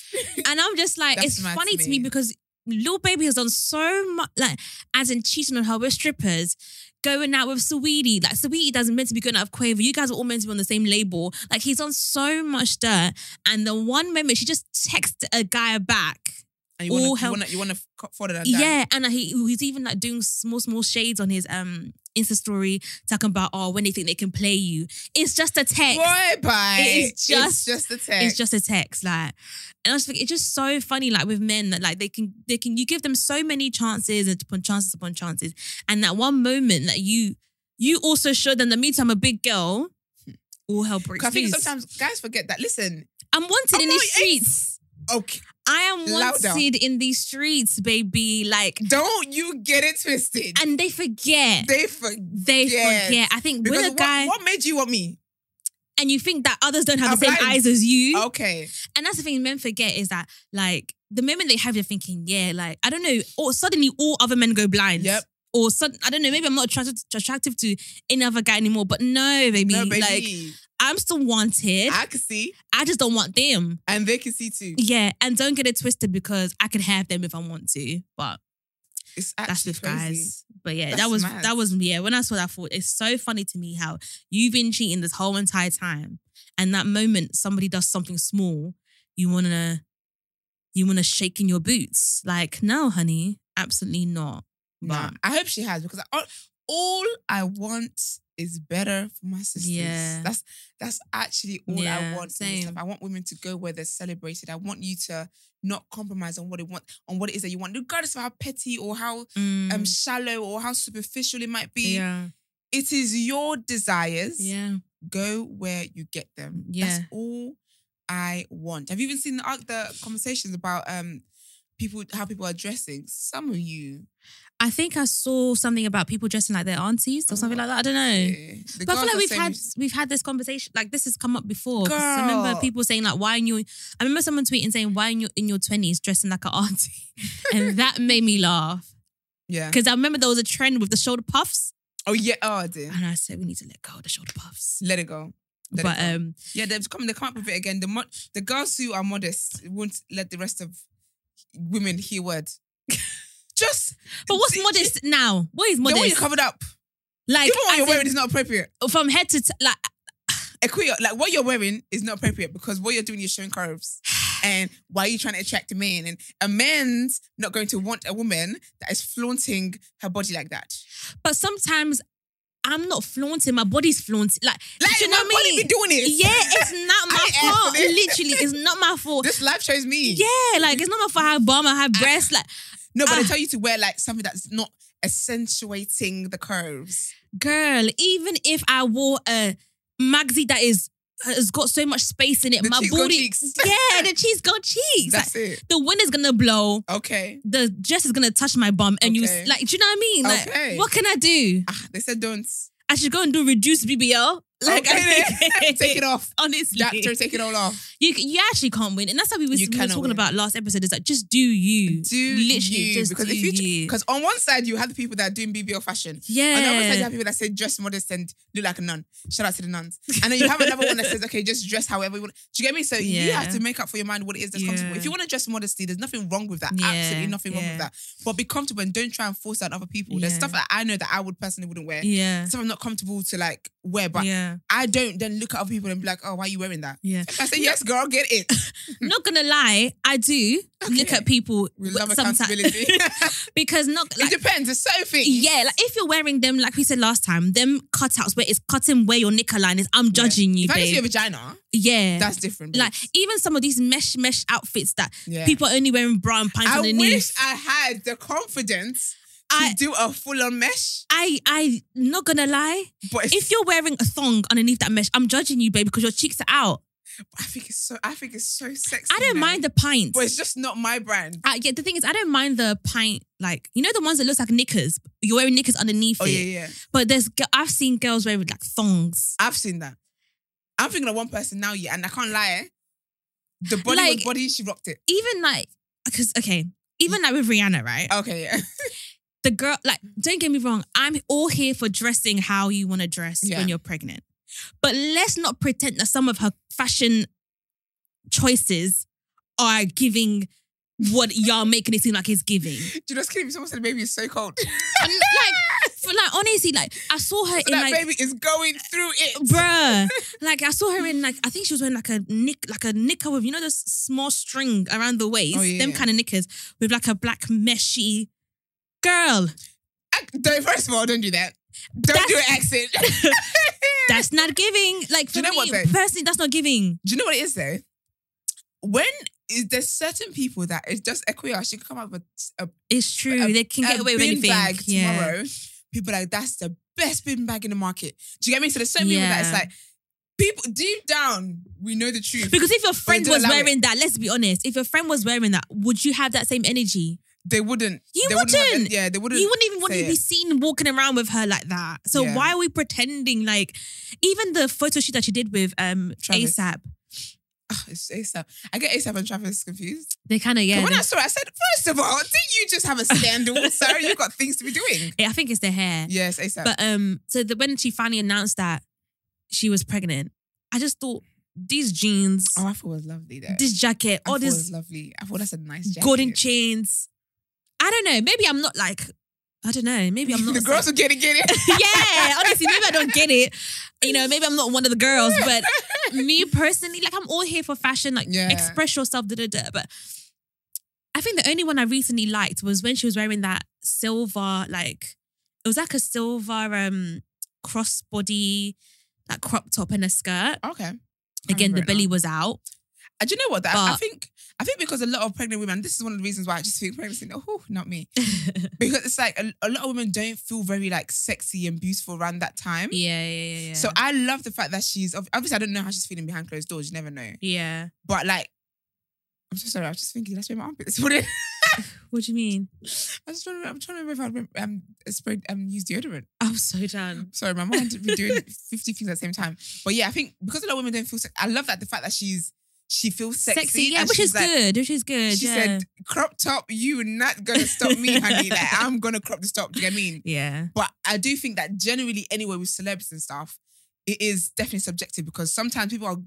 [SPEAKER 1] And I'm just like,
[SPEAKER 2] That's
[SPEAKER 1] it's
[SPEAKER 2] mad to
[SPEAKER 1] funny to me
[SPEAKER 2] me.
[SPEAKER 1] because Lil Baby has done so much, like, as in cheating on her with strippers, going out with Saweetie. Like, Saweetie doesn't meant to be going out with Quaver. You guys are all meant to be on the same label. Like, he's done so much dirt. And the one moment she just texts a guy back.
[SPEAKER 2] And you
[SPEAKER 1] All
[SPEAKER 2] want to
[SPEAKER 1] hell-
[SPEAKER 2] you wanna, you wanna f- further than that.
[SPEAKER 1] Yeah. And he, he's even like doing small, small shades on his, um, Insta story talking about oh when they think they can play you it's just a text
[SPEAKER 2] Boy, bye.
[SPEAKER 1] It is
[SPEAKER 2] it's
[SPEAKER 1] just-
[SPEAKER 2] just a text.
[SPEAKER 1] It's just a text, like, and I was like, it's just so funny, like with men that like they can they can you give them so many chances and upon chances upon chances, and that one moment that you you also showed them that me too, I'm a big girl, hmm, all hell breaks
[SPEAKER 2] 'Cause I think
[SPEAKER 1] loose.
[SPEAKER 2] sometimes guys forget that. Listen,
[SPEAKER 1] I'm wanted
[SPEAKER 2] I'm
[SPEAKER 1] in
[SPEAKER 2] not-
[SPEAKER 1] these streets.
[SPEAKER 2] okay,
[SPEAKER 1] I am wanted
[SPEAKER 2] Louder.
[SPEAKER 1] in these streets, baby. Like,
[SPEAKER 2] don't you get it twisted.
[SPEAKER 1] and they forget. They,
[SPEAKER 2] they forget.
[SPEAKER 1] forget. I think
[SPEAKER 2] Because
[SPEAKER 1] with a
[SPEAKER 2] what-
[SPEAKER 1] guy,
[SPEAKER 2] what, made you want me?
[SPEAKER 1] and you think that others don't have the
[SPEAKER 2] I'm Oh,
[SPEAKER 1] same
[SPEAKER 2] blind.
[SPEAKER 1] eyes as you.
[SPEAKER 2] Okay.
[SPEAKER 1] And that's the thing men forget is that like the moment they have you thinking, yeah, like I don't know, or suddenly all other men go blind.
[SPEAKER 2] Yep.
[SPEAKER 1] Or sudden, I don't know, maybe I'm not attracted attractive to any other guy anymore. But no, baby,
[SPEAKER 2] no, baby.
[SPEAKER 1] like I'm still wanted. I,
[SPEAKER 2] I can see,
[SPEAKER 1] just don't want them.
[SPEAKER 2] and they can see too.
[SPEAKER 1] Yeah, and don't get it twisted because I can have them if I want to. But
[SPEAKER 2] It's
[SPEAKER 1] that's
[SPEAKER 2] actually
[SPEAKER 1] with
[SPEAKER 2] crazy.
[SPEAKER 1] guys. But yeah, that
[SPEAKER 2] That's
[SPEAKER 1] was
[SPEAKER 2] mad.
[SPEAKER 1] that was yeah. When I saw that, I thought it's so funny to me how you've been cheating this whole entire time, and that moment somebody does something small, you wanna you wanna shake in your boots. Like no, honey, absolutely not.
[SPEAKER 2] Nah,
[SPEAKER 1] But
[SPEAKER 2] I hope she has because I, all I want is better for my sisters.
[SPEAKER 1] Yeah.
[SPEAKER 2] That's that's actually all
[SPEAKER 1] Yeah,
[SPEAKER 2] I want. in this
[SPEAKER 1] same.
[SPEAKER 2] life. I want women to go where they're celebrated. I want you to not compromise on what it want on what it is that you want, regardless of how petty or how
[SPEAKER 1] mm,
[SPEAKER 2] um shallow or how superficial it might be.
[SPEAKER 1] yeah,
[SPEAKER 2] It is your desires.
[SPEAKER 1] yeah,
[SPEAKER 2] Go where you get them.
[SPEAKER 1] Yeah.
[SPEAKER 2] That's all I want. Have you even seen the, uh, the conversations about um people how people are dressing? Some of you
[SPEAKER 1] I think I saw something about people dressing like their aunties or
[SPEAKER 2] Oh,
[SPEAKER 1] something like that. I don't know.
[SPEAKER 2] Yeah. Eh, The
[SPEAKER 1] But I feel
[SPEAKER 2] girls
[SPEAKER 1] like
[SPEAKER 2] are
[SPEAKER 1] we've
[SPEAKER 2] saying
[SPEAKER 1] had we've had this conversation. Like this has come up before. 'Cause I remember
[SPEAKER 2] Girl.
[SPEAKER 1] people saying like, "Why in your?" I remember someone tweeting saying, "Why in your in your twenties dressing like an auntie?" and that made me laugh
[SPEAKER 2] Yeah.
[SPEAKER 1] because I remember there was a trend with the shoulder puffs,
[SPEAKER 2] Oh yeah. Oh dear.
[SPEAKER 1] and I said we need to let go of the shoulder puffs.
[SPEAKER 2] Let it go. Let
[SPEAKER 1] But
[SPEAKER 2] it go.
[SPEAKER 1] um,
[SPEAKER 2] yeah, they're coming. They come up with it again. The mo- the girls who are modest won't let the rest of women hear word. Just
[SPEAKER 1] but what's
[SPEAKER 2] See,
[SPEAKER 1] modest now? What is
[SPEAKER 2] the way you're
[SPEAKER 1] modest?
[SPEAKER 2] covered up,
[SPEAKER 1] Like
[SPEAKER 2] even what
[SPEAKER 1] as
[SPEAKER 2] you're wearing
[SPEAKER 1] in,
[SPEAKER 2] is not appropriate.
[SPEAKER 1] from head to t- like
[SPEAKER 2] Equi- like what you're wearing is not appropriate because what you're doing, you're showing curves. And why are you trying to attract a man? And a man's not going to want a woman that is flaunting her body like that.
[SPEAKER 1] But sometimes I'm not flaunting. My body's flaunting. Like,
[SPEAKER 2] Like
[SPEAKER 1] do you know
[SPEAKER 2] my
[SPEAKER 1] what I
[SPEAKER 2] body
[SPEAKER 1] mean?
[SPEAKER 2] be doing it.
[SPEAKER 1] Yeah, it's not my
[SPEAKER 2] ain't asked
[SPEAKER 1] fault.
[SPEAKER 2] for this.
[SPEAKER 1] Literally, it's not my fault.
[SPEAKER 2] This life shows me.
[SPEAKER 1] Yeah, like it's not my fault. I have bum. I have breasts. Like,
[SPEAKER 2] No, but they
[SPEAKER 1] Ah.
[SPEAKER 2] tell you to wear like something that's not accentuating the curves.
[SPEAKER 1] girl, even if I wore a magazine that is has got so much space in it,
[SPEAKER 2] The
[SPEAKER 1] my
[SPEAKER 2] cheeks go
[SPEAKER 1] booty.
[SPEAKER 2] cheeks.
[SPEAKER 1] Yeah, the cheeks go cheeks.
[SPEAKER 2] That's
[SPEAKER 1] Like,
[SPEAKER 2] it.
[SPEAKER 1] The wind is gonna blow.
[SPEAKER 2] Okay.
[SPEAKER 1] The dress is gonna touch my bum, and
[SPEAKER 2] Okay.
[SPEAKER 1] you like, do you know what I mean? Like,
[SPEAKER 2] Okay.
[SPEAKER 1] what can I do?
[SPEAKER 2] Ah, they said don't.
[SPEAKER 1] I should go and do reduced BBL. Like,
[SPEAKER 2] Okay
[SPEAKER 1] I
[SPEAKER 2] then. take it off.
[SPEAKER 1] Honestly,
[SPEAKER 2] Doctor, take it all off.
[SPEAKER 1] You, you actually can't win, and that's what we were, we
[SPEAKER 2] You
[SPEAKER 1] were
[SPEAKER 2] cannot
[SPEAKER 1] talking
[SPEAKER 2] win.
[SPEAKER 1] about last episode. Is like just do you,
[SPEAKER 2] Do
[SPEAKER 1] literally
[SPEAKER 2] you,
[SPEAKER 1] just
[SPEAKER 2] because
[SPEAKER 1] do
[SPEAKER 2] if you
[SPEAKER 1] you.
[SPEAKER 2] because on one side you have the people that are doing BBL fashion. And on the other side you
[SPEAKER 1] yeah,
[SPEAKER 2] have people that say dress modest and look like a nun. Shout out to the nuns. And then you have another one that says, okay, just dress however you want. Do you get me? So you
[SPEAKER 1] Yeah.
[SPEAKER 2] have to make up for your mind what it is that's comfortable.
[SPEAKER 1] Yeah.
[SPEAKER 2] If you want to dress modestly, there's nothing wrong with that.
[SPEAKER 1] Yeah,
[SPEAKER 2] Absolutely nothing wrong
[SPEAKER 1] yeah.
[SPEAKER 2] with that. But be comfortable and don't try and force that on other people. There's
[SPEAKER 1] Yeah.
[SPEAKER 2] stuff that I know that I would personally wouldn't wear.
[SPEAKER 1] yeah,
[SPEAKER 2] stuff I'm not comfortable to like wear, but
[SPEAKER 1] yeah. Yeah.
[SPEAKER 2] I don't then look at other people and be like, oh, why are you wearing that?
[SPEAKER 1] Yeah.
[SPEAKER 2] I say, yes, girl, get it.
[SPEAKER 1] Not gonna lie, I do look
[SPEAKER 2] Okay.
[SPEAKER 1] at people
[SPEAKER 2] We love
[SPEAKER 1] sometimes-
[SPEAKER 2] accountability. it
[SPEAKER 1] because not like
[SPEAKER 2] depends. It's so things.
[SPEAKER 1] yeah, like if you're wearing them, like we said last time, them cutouts where it's cutting where your knicker line is, I'm judging you,
[SPEAKER 2] If I just see
[SPEAKER 1] babe.
[SPEAKER 2] a vagina,
[SPEAKER 1] yeah,
[SPEAKER 2] that's different. babe.
[SPEAKER 1] like even some of these mesh mesh outfits that
[SPEAKER 2] Yeah.
[SPEAKER 1] people are only wearing bra and pants
[SPEAKER 2] I
[SPEAKER 1] underneath.
[SPEAKER 2] wish I had the confidence to
[SPEAKER 1] I-
[SPEAKER 2] do a full on mesh,
[SPEAKER 1] I I not gonna lie.
[SPEAKER 2] but it's,
[SPEAKER 1] If you're wearing a thong underneath that mesh, I'm judging you, babe, because your cheeks are out.
[SPEAKER 2] I think it's so. I think it's so sexy.
[SPEAKER 1] I don't
[SPEAKER 2] now.
[SPEAKER 1] mind the pints.
[SPEAKER 2] but it's just not my brand.
[SPEAKER 1] I, yeah, the thing is, I don't mind the pint. Like you know, the ones that looks like knickers. You're wearing knickers underneath
[SPEAKER 2] Oh
[SPEAKER 1] it.
[SPEAKER 2] yeah, yeah.
[SPEAKER 1] But there's gi- I've seen girls wearing like thongs.
[SPEAKER 2] I've seen that. I'm thinking of one person now, yeah, and I can't lie. eh. The body
[SPEAKER 1] Like-
[SPEAKER 2] was body, she rocked it.
[SPEAKER 1] Even like because okay, even like with Rihanna, right?
[SPEAKER 2] Okay, yeah.
[SPEAKER 1] the girl, like, don't get me wrong, I'm all here for dressing how you want to dress
[SPEAKER 2] Yeah.
[SPEAKER 1] when you're pregnant. But let's not pretend that some of her fashion choices are giving what y'all making it seem like it's giving.
[SPEAKER 2] Do you know what's kidding me? Someone said the baby is so cold.
[SPEAKER 1] And, like, for, like honestly, like I saw her in
[SPEAKER 2] that
[SPEAKER 1] like
[SPEAKER 2] baby is going through it.
[SPEAKER 1] bruh. Like I saw her in like I think she was wearing like a nick like a knicker with you know the s- small string around the waist,
[SPEAKER 2] Oh, yeah,
[SPEAKER 1] them
[SPEAKER 2] yeah.
[SPEAKER 1] kind of knickers with like a black meshy girl.
[SPEAKER 2] I, don't, first of all, don't do that. Don't do an accent.
[SPEAKER 1] That's not giving. Like for
[SPEAKER 2] Do you know
[SPEAKER 1] me,
[SPEAKER 2] what, babe?
[SPEAKER 1] personally, that's not giving.
[SPEAKER 2] Do you know what it is though? When is there's certain people that it's just Equia, she could come up with a,
[SPEAKER 1] It's true.
[SPEAKER 2] a-
[SPEAKER 1] they can get
[SPEAKER 2] a
[SPEAKER 1] away with
[SPEAKER 2] bin
[SPEAKER 1] anything.
[SPEAKER 2] bag
[SPEAKER 1] yeah.
[SPEAKER 2] tomorrow. People are like, that's the best bin bag in the market. Do you get me? So there's so many people that it's
[SPEAKER 1] Yeah.
[SPEAKER 2] like, people deep down, we know the truth.
[SPEAKER 1] Because if your friend
[SPEAKER 2] do
[SPEAKER 1] was
[SPEAKER 2] allow it.
[SPEAKER 1] wearing that, let's be honest, if your friend was wearing that, would you have that same energy?
[SPEAKER 2] they wouldn't.
[SPEAKER 1] You
[SPEAKER 2] they wouldn't. have-
[SPEAKER 1] wouldn't.
[SPEAKER 2] yeah, they wouldn't.
[SPEAKER 1] you wouldn't even want
[SPEAKER 2] say
[SPEAKER 1] to be
[SPEAKER 2] it.
[SPEAKER 1] seen walking around with her like that. So
[SPEAKER 2] Yeah.
[SPEAKER 1] why are we pretending like even the photo shoot that she did with um
[SPEAKER 2] Travis.
[SPEAKER 1] ASAP,
[SPEAKER 2] Oh, it's ASAP. I get ASAP and Travis confused.
[SPEAKER 1] they kind of yeah.
[SPEAKER 2] But when
[SPEAKER 1] they-
[SPEAKER 2] I saw it, I said, first of all, didn't you just have a scandal? Sorry, you've got things to be doing.
[SPEAKER 1] Yeah, I think it's the hair.
[SPEAKER 2] Yes, ASAP.
[SPEAKER 1] But um, so the, when she finally announced that she was pregnant, I just thought these jeans,
[SPEAKER 2] oh, I thought it was lovely though.
[SPEAKER 1] this jacket,
[SPEAKER 2] I
[SPEAKER 1] all
[SPEAKER 2] thought it was
[SPEAKER 1] this
[SPEAKER 2] lovely. I thought that's a nice jacket.
[SPEAKER 1] golden chains. I don't know. Maybe I'm not like. I don't know. Maybe I'm not.
[SPEAKER 2] the girls will get it, get it.
[SPEAKER 1] yeah, honestly, maybe I don't get it. You know, maybe I'm not one of the girls, but me personally, like I'm all here for fashion, like
[SPEAKER 2] Yeah.
[SPEAKER 1] express yourself, da da da. But I think the only one I recently liked was when she was wearing that silver, like it was like a silver um crossbody, like crop top and a skirt.
[SPEAKER 2] Okay.
[SPEAKER 1] Again,
[SPEAKER 2] remember
[SPEAKER 1] the
[SPEAKER 2] it
[SPEAKER 1] belly
[SPEAKER 2] now.
[SPEAKER 1] was out.
[SPEAKER 2] Uh, Do you know what? That, I
[SPEAKER 1] But-
[SPEAKER 2] think I think because a lot of pregnant women, this is one of the reasons why I just think pregnancy, oh, not me. because it's like a, a lot of women don't feel very like sexy and beautiful around that time.
[SPEAKER 1] Yeah, yeah, yeah. yeah.
[SPEAKER 2] Hmm? So I love the fact that she's ob- obviously I don't know how she's feeling behind closed doors. You never know.
[SPEAKER 1] yeah.
[SPEAKER 2] But like, I'm so sorry. I was just thinking. Let's wear my armpit this morning.
[SPEAKER 1] What do you mean?
[SPEAKER 2] I was trying to. I'm trying to remember if I um, sprayed um used deodorant.
[SPEAKER 1] I'm so done.
[SPEAKER 2] Sorry, my mind be doing 50 things at the same time. But yeah, I think because a lot of women don't feel. Sex- I love that the fact that she's she feels sexy.
[SPEAKER 1] Sexy, yeah,
[SPEAKER 2] and
[SPEAKER 1] which
[SPEAKER 2] she's
[SPEAKER 1] is
[SPEAKER 2] like-
[SPEAKER 1] good. Which is good.
[SPEAKER 2] She
[SPEAKER 1] yeah.
[SPEAKER 2] said, "Crop top, you not gonna stop me, honey. Like I'm gonna crop the top." Do you get what I mean?
[SPEAKER 1] yeah.
[SPEAKER 2] But I do think that generally, anyway, with celebrities and stuff, it is definitely subjective because sometimes people are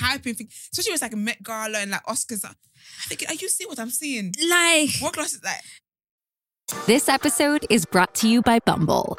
[SPEAKER 2] hyping things, especially when it's like a Met Gala and like Oscars. I think, are you seeing what I'm seeing?
[SPEAKER 1] Like
[SPEAKER 2] What glasses? Like,
[SPEAKER 4] This episode is brought to you by Bumble.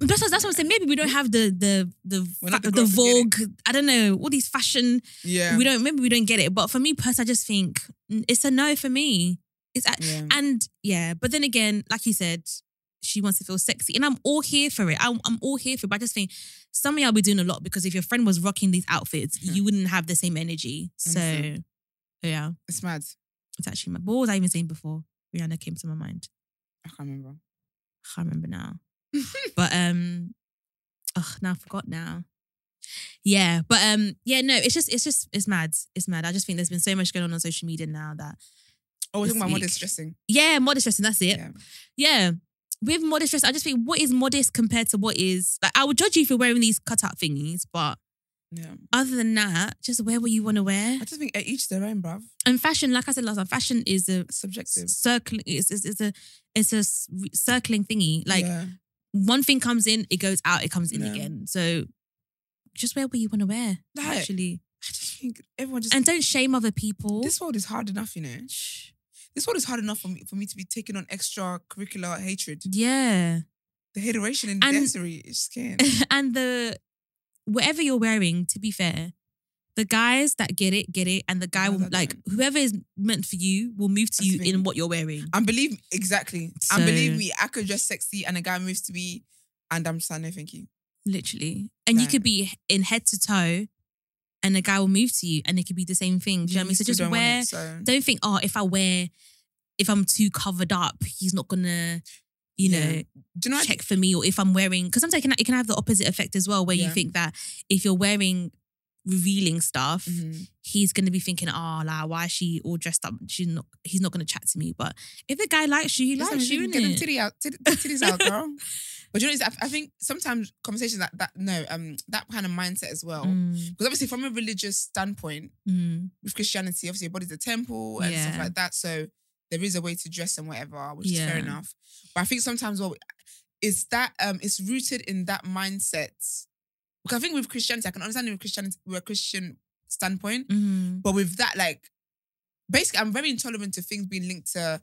[SPEAKER 1] That's what, that's what I'm saying. Maybe we don't have the the the
[SPEAKER 2] We're
[SPEAKER 1] fa-
[SPEAKER 2] not
[SPEAKER 1] the,
[SPEAKER 2] the girls who get
[SPEAKER 1] Vogue. I don't know all these fashion.
[SPEAKER 2] yeah,
[SPEAKER 1] We don't. Maybe we don't get it. But for me, personally, I just think mm, it's a no for me. It's a-
[SPEAKER 2] Yeah.
[SPEAKER 1] and yeah. But then again, like you said, she wants to feel sexy, and I'm all here for it. I'm, I'm all here for it. But I just think some of y'all be doing a lot because if your friend was rocking these outfits, you wouldn't have the same energy. So
[SPEAKER 2] Understand.
[SPEAKER 1] yeah,
[SPEAKER 2] It's mad.
[SPEAKER 1] it's actually. My, what was I even saying before Rihanna came to my mind?
[SPEAKER 2] I can't remember.
[SPEAKER 1] I can't remember now. but um oh now I forgot now. Yeah, but um yeah, no, it's just it's just it's mad. It's mad. I just think there's been so much going on on social media now that
[SPEAKER 2] Oh, we're
[SPEAKER 1] This
[SPEAKER 2] talking about
[SPEAKER 1] week.
[SPEAKER 2] modest dressing.
[SPEAKER 1] yeah, modest dressing, that's it. Yeah.
[SPEAKER 2] Yeah.
[SPEAKER 1] With modest dress, I just think what is modest compared to what is like I would judge you if you're wearing these cutout thingies, but
[SPEAKER 2] Yeah.
[SPEAKER 1] Other than that, just wear what you want to wear.
[SPEAKER 2] I just think uh, each their own, bruv.
[SPEAKER 1] And fashion, like I said last time, fashion is a
[SPEAKER 2] Subjective.
[SPEAKER 1] circling. It's, it's, it's a it's a s- circling thingy. Like
[SPEAKER 2] Yeah.
[SPEAKER 1] one thing comes in, it goes out, it comes in
[SPEAKER 2] Yeah.
[SPEAKER 1] again. So just wear what you want to wear.
[SPEAKER 2] Right.
[SPEAKER 1] Actually,
[SPEAKER 2] I just think everyone just.
[SPEAKER 1] and don't shame other people.
[SPEAKER 2] this world is hard enough, you know. This world is hard enough for me for me to be taking on extra curricular hatred.
[SPEAKER 1] yeah,
[SPEAKER 2] The hateration in
[SPEAKER 1] Mm. And-
[SPEAKER 2] dancery is scary.
[SPEAKER 1] and the whatever you're wearing. To be fair, the guys that get it get it, and the guy
[SPEAKER 2] No,
[SPEAKER 1] will
[SPEAKER 2] they
[SPEAKER 1] like
[SPEAKER 2] don't.
[SPEAKER 1] whoever is meant for you will move to
[SPEAKER 2] That's Uh,
[SPEAKER 1] you
[SPEAKER 2] the
[SPEAKER 1] in
[SPEAKER 2] thing.
[SPEAKER 1] what you're wearing.
[SPEAKER 2] and believe exactly.
[SPEAKER 1] So-
[SPEAKER 2] And believe me, I could dress sexy and a guy moves to me, and I'm just like, no, thank you.
[SPEAKER 1] Literally. And you
[SPEAKER 2] Right.
[SPEAKER 1] could be in head to toe and a guy will move to you and it could be the same thing. Do you know what I mean? So
[SPEAKER 2] still
[SPEAKER 1] just
[SPEAKER 2] don't want
[SPEAKER 1] wear,
[SPEAKER 2] it, so-
[SPEAKER 1] don't think, oh, if I wear, if I'm too covered up, he's not gonna, you
[SPEAKER 2] Yeah.
[SPEAKER 1] know,
[SPEAKER 2] Do you know? I-
[SPEAKER 1] check for me. Or if I'm wearing, because sometimes it can, it can have the opposite effect as well, where you
[SPEAKER 2] Yeah.
[SPEAKER 1] think that if you're wearing revealing stuff,
[SPEAKER 2] Mhm.
[SPEAKER 1] he's gonna be thinking, oh, like, why is she all dressed up? She's not, he's not gonna chat to me. But if the guy likes you, he
[SPEAKER 2] Listen,
[SPEAKER 1] likes
[SPEAKER 2] you
[SPEAKER 1] you,
[SPEAKER 2] can Get them
[SPEAKER 1] innit?
[SPEAKER 2] titty out, titty, titties out, girl. But you know, it's- I, I think sometimes conversations like that, no, um, that kind of mindset as well.
[SPEAKER 1] Mm,
[SPEAKER 2] Because obviously, from a religious standpoint,
[SPEAKER 1] mm,
[SPEAKER 2] with Christianity, obviously your body's a temple and
[SPEAKER 1] Yeah.
[SPEAKER 2] stuff like that. So there is a way to dress and whatever, which is
[SPEAKER 1] Yeah.
[SPEAKER 2] fair enough. But I think sometimes what it's that um it's rooted in that mindset. Because I think with Christianity, I can understand it with Christianity with a Christian standpoint,
[SPEAKER 1] mm.
[SPEAKER 2] but with that, like basically I'm very intolerant to things being linked to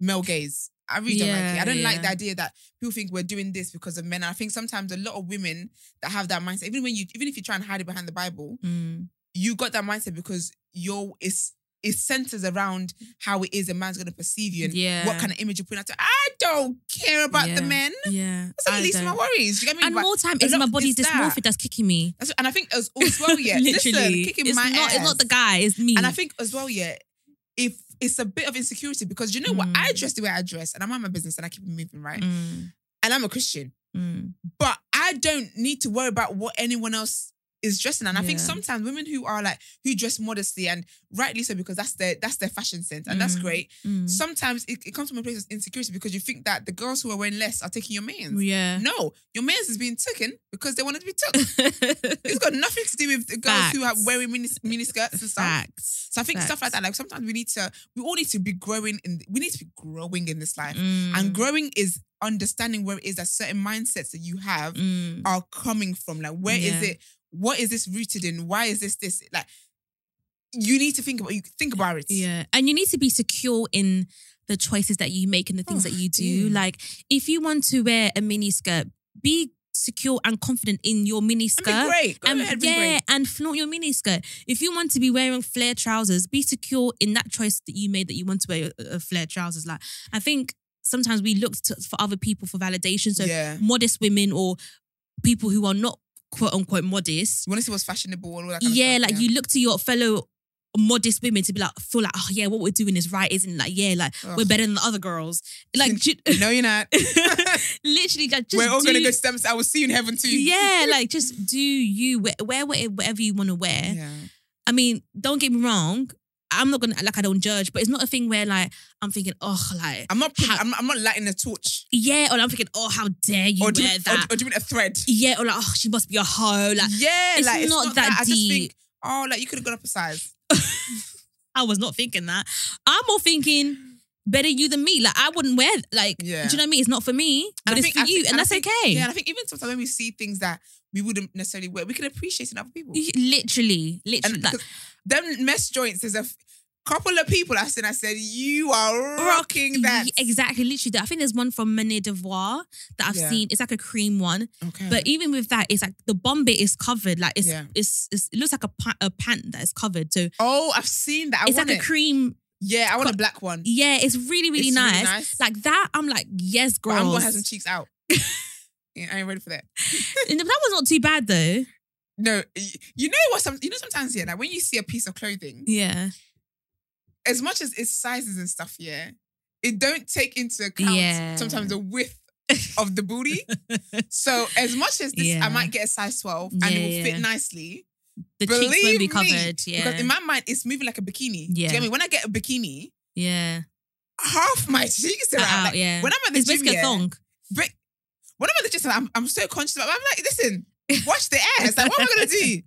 [SPEAKER 2] male gaze. I really don't like it.
[SPEAKER 1] Yeah,
[SPEAKER 2] I don't like the
[SPEAKER 1] yeah.
[SPEAKER 2] idea that people think we're doing this because of men. And I think sometimes a lot of women that have that mindset, even when you even if you try and hide it behind the Bible,
[SPEAKER 1] Mm.
[SPEAKER 2] you got that mindset because your it's it centers around how it is a man's gonna perceive you and
[SPEAKER 1] Yeah.
[SPEAKER 2] what kind of image you're putting out. there. I don't care about
[SPEAKER 1] Yeah.
[SPEAKER 2] the men.
[SPEAKER 1] Yeah.
[SPEAKER 2] That's not
[SPEAKER 1] I
[SPEAKER 2] the least of my
[SPEAKER 1] don't-
[SPEAKER 2] worries. Do you get me?
[SPEAKER 1] and
[SPEAKER 2] But
[SPEAKER 1] more time
[SPEAKER 2] a
[SPEAKER 1] it's
[SPEAKER 2] lot
[SPEAKER 1] my
[SPEAKER 2] of
[SPEAKER 1] body's
[SPEAKER 2] it's that.
[SPEAKER 1] dysmorphia that's kicking me.
[SPEAKER 2] that's- and I think as, as well, yeah. listen, kicking
[SPEAKER 1] it's
[SPEAKER 2] my
[SPEAKER 1] not, It's
[SPEAKER 2] ass.
[SPEAKER 1] not the guy. It's me.
[SPEAKER 2] And I think as well, yeah, if it's a bit of insecurity because you know what,
[SPEAKER 1] Mm.
[SPEAKER 2] I dress the way I dress and I mind my business and I keep it moving, right?
[SPEAKER 1] Mm,
[SPEAKER 2] And I'm a Christian,
[SPEAKER 1] mm,
[SPEAKER 2] but I don't need to worry about what anyone else is dressing. And I think
[SPEAKER 1] Yeah.
[SPEAKER 2] sometimes women who are like who dress modestly and rightly so because that's their that's their fashion sense and that's
[SPEAKER 1] Mm.
[SPEAKER 2] great.
[SPEAKER 1] mm.
[SPEAKER 2] sometimes it, it comes from a place of insecurity because you think that the girls who are wearing less are taking your man's.
[SPEAKER 1] yeah.
[SPEAKER 2] No, your man's is being taken because they wanted to be took. it's got nothing to do with the girls who are
[SPEAKER 1] Facts.
[SPEAKER 2] wearing mini, mini skirts and stuff.
[SPEAKER 1] Facts.
[SPEAKER 2] So I think stuff like that, like sometimes we need to, we all need to be growing in, we need to be growing in this life.
[SPEAKER 1] Mm.
[SPEAKER 2] And growing is understanding where it is that certain mindsets that you have
[SPEAKER 1] Mm,
[SPEAKER 2] are coming from. Like, where is
[SPEAKER 1] Yeah.
[SPEAKER 2] it? What is this rooted in? Why is this this? Like, you need to think about, you think about it.
[SPEAKER 1] yeah. And you need to be secure in the choices that you make and the things
[SPEAKER 2] Oh,
[SPEAKER 1] that you do.
[SPEAKER 2] yeah.
[SPEAKER 1] Like if you want to wear a mini skirt, be secure and confident in your mini
[SPEAKER 2] And
[SPEAKER 1] skirt.
[SPEAKER 2] be great. Go
[SPEAKER 1] and
[SPEAKER 2] ahead, be
[SPEAKER 1] um, yeah,
[SPEAKER 2] great.
[SPEAKER 1] and flaunt your mini skirt. If you want to be wearing flare trousers, be secure in that choice that you made that you want to wear a, flare trousers. Like I think sometimes we look to, for other people for validation. So
[SPEAKER 2] Yeah.
[SPEAKER 1] modest women or people who are not quote unquote modest.
[SPEAKER 2] You want to see what's fashionable and all that kind
[SPEAKER 1] Yeah,
[SPEAKER 2] of stuff.
[SPEAKER 1] like you look to your fellow modest women to be like feel like oh yeah, what we're doing is right, isn't it? like yeah, like
[SPEAKER 2] Ugh.
[SPEAKER 1] we're better than the other girls. Like ju-
[SPEAKER 2] No, you're not.
[SPEAKER 1] literally, like, just
[SPEAKER 2] We're all
[SPEAKER 1] do-
[SPEAKER 2] going to go to them. I will see you in heaven too.
[SPEAKER 1] Yeah, like just do you wear, wear whatever whatever you want to wear.
[SPEAKER 2] Yeah.
[SPEAKER 1] I mean, don't get me wrong. I'm not gonna like I don't judge, but it's not a thing where like I'm thinking, oh, like
[SPEAKER 2] I'm not. pri-
[SPEAKER 1] How-
[SPEAKER 2] I'm, I'm not lighting a torch.
[SPEAKER 1] yeah, or I'm thinking, oh, how dare you
[SPEAKER 2] or
[SPEAKER 1] wear
[SPEAKER 2] do you, mean-
[SPEAKER 1] that?
[SPEAKER 2] Or, or do you mean a thread?
[SPEAKER 1] yeah, or like, oh, she must be a hoe. Like
[SPEAKER 2] yeah,
[SPEAKER 1] it's
[SPEAKER 2] like
[SPEAKER 1] not
[SPEAKER 2] it's not that,
[SPEAKER 1] that
[SPEAKER 2] I just
[SPEAKER 1] deep.
[SPEAKER 2] think, oh, like you could have gone up a size.
[SPEAKER 1] I was not thinking that. I'm more thinking better you than me. Like I wouldn't wear like
[SPEAKER 2] Yeah.
[SPEAKER 1] do you know what I mean? It's not for me, but
[SPEAKER 2] I
[SPEAKER 1] it's
[SPEAKER 2] think-
[SPEAKER 1] for
[SPEAKER 2] I
[SPEAKER 1] you,
[SPEAKER 2] think-
[SPEAKER 1] and
[SPEAKER 2] I
[SPEAKER 1] that's
[SPEAKER 2] think-
[SPEAKER 1] okay.
[SPEAKER 2] Yeah, and I think even sometimes when we see things that we wouldn't necessarily wear, we can appreciate in other people.
[SPEAKER 1] You- literally, literally,
[SPEAKER 2] And
[SPEAKER 1] like,
[SPEAKER 2] 'cause them mess joints. There's a f- couple of people I said. I said you are rocking that.
[SPEAKER 1] Ye- Exactly, literally. that. I think there's one from Menet Devoir that I've
[SPEAKER 2] Yeah.
[SPEAKER 1] seen. It's like a cream one.
[SPEAKER 2] Okay.
[SPEAKER 1] But even with that, it's like the bomb bit is covered. Like it's
[SPEAKER 2] Yeah.
[SPEAKER 1] it's, it's it looks like a, pa- a pant that is covered. So
[SPEAKER 2] oh, I've seen that. I
[SPEAKER 1] it's
[SPEAKER 2] want
[SPEAKER 1] like a e-,
[SPEAKER 2] it.
[SPEAKER 1] cream.
[SPEAKER 2] Yeah, I want
[SPEAKER 1] co-
[SPEAKER 2] a black one.
[SPEAKER 1] Yeah, it's really really,
[SPEAKER 2] It's really
[SPEAKER 1] nice.
[SPEAKER 2] nice.
[SPEAKER 1] Like that, I'm like yes,
[SPEAKER 2] But
[SPEAKER 1] girl.
[SPEAKER 2] I'm gonna have some cheeks out. yeah, I ain't ready for that.
[SPEAKER 1] that was not too bad though.
[SPEAKER 2] No, y- you know what? Some you know sometimes yeah, like when you see a piece of clothing,
[SPEAKER 1] Yeah,
[SPEAKER 2] as much as its sizes and stuff, yeah, it don't take into account
[SPEAKER 1] Yeah.
[SPEAKER 2] sometimes the width of the booty. so as much as this,
[SPEAKER 1] Yeah.
[SPEAKER 2] I might get a size twelve and
[SPEAKER 1] Yeah,
[SPEAKER 2] it will
[SPEAKER 1] yeah.
[SPEAKER 2] fit nicely.
[SPEAKER 1] the
[SPEAKER 2] Believe
[SPEAKER 1] cheeks won't be
[SPEAKER 2] me,
[SPEAKER 1] covered. Yeah,
[SPEAKER 2] because in my mind it's moving like a bikini. Do you
[SPEAKER 1] Yeah.
[SPEAKER 2] get me? When I get a bikini,
[SPEAKER 1] yeah.
[SPEAKER 2] half my cheeks are
[SPEAKER 1] Are
[SPEAKER 2] out.
[SPEAKER 1] out,
[SPEAKER 2] Like,
[SPEAKER 1] yeah.
[SPEAKER 2] When I'm at the
[SPEAKER 1] It's
[SPEAKER 2] gym,
[SPEAKER 1] basically
[SPEAKER 2] yeah,
[SPEAKER 1] a thong.
[SPEAKER 2] but when I'm at the gym, I'm, I'm so conscious about. I'm like, listen, watch the ass. Like, what am I gonna do?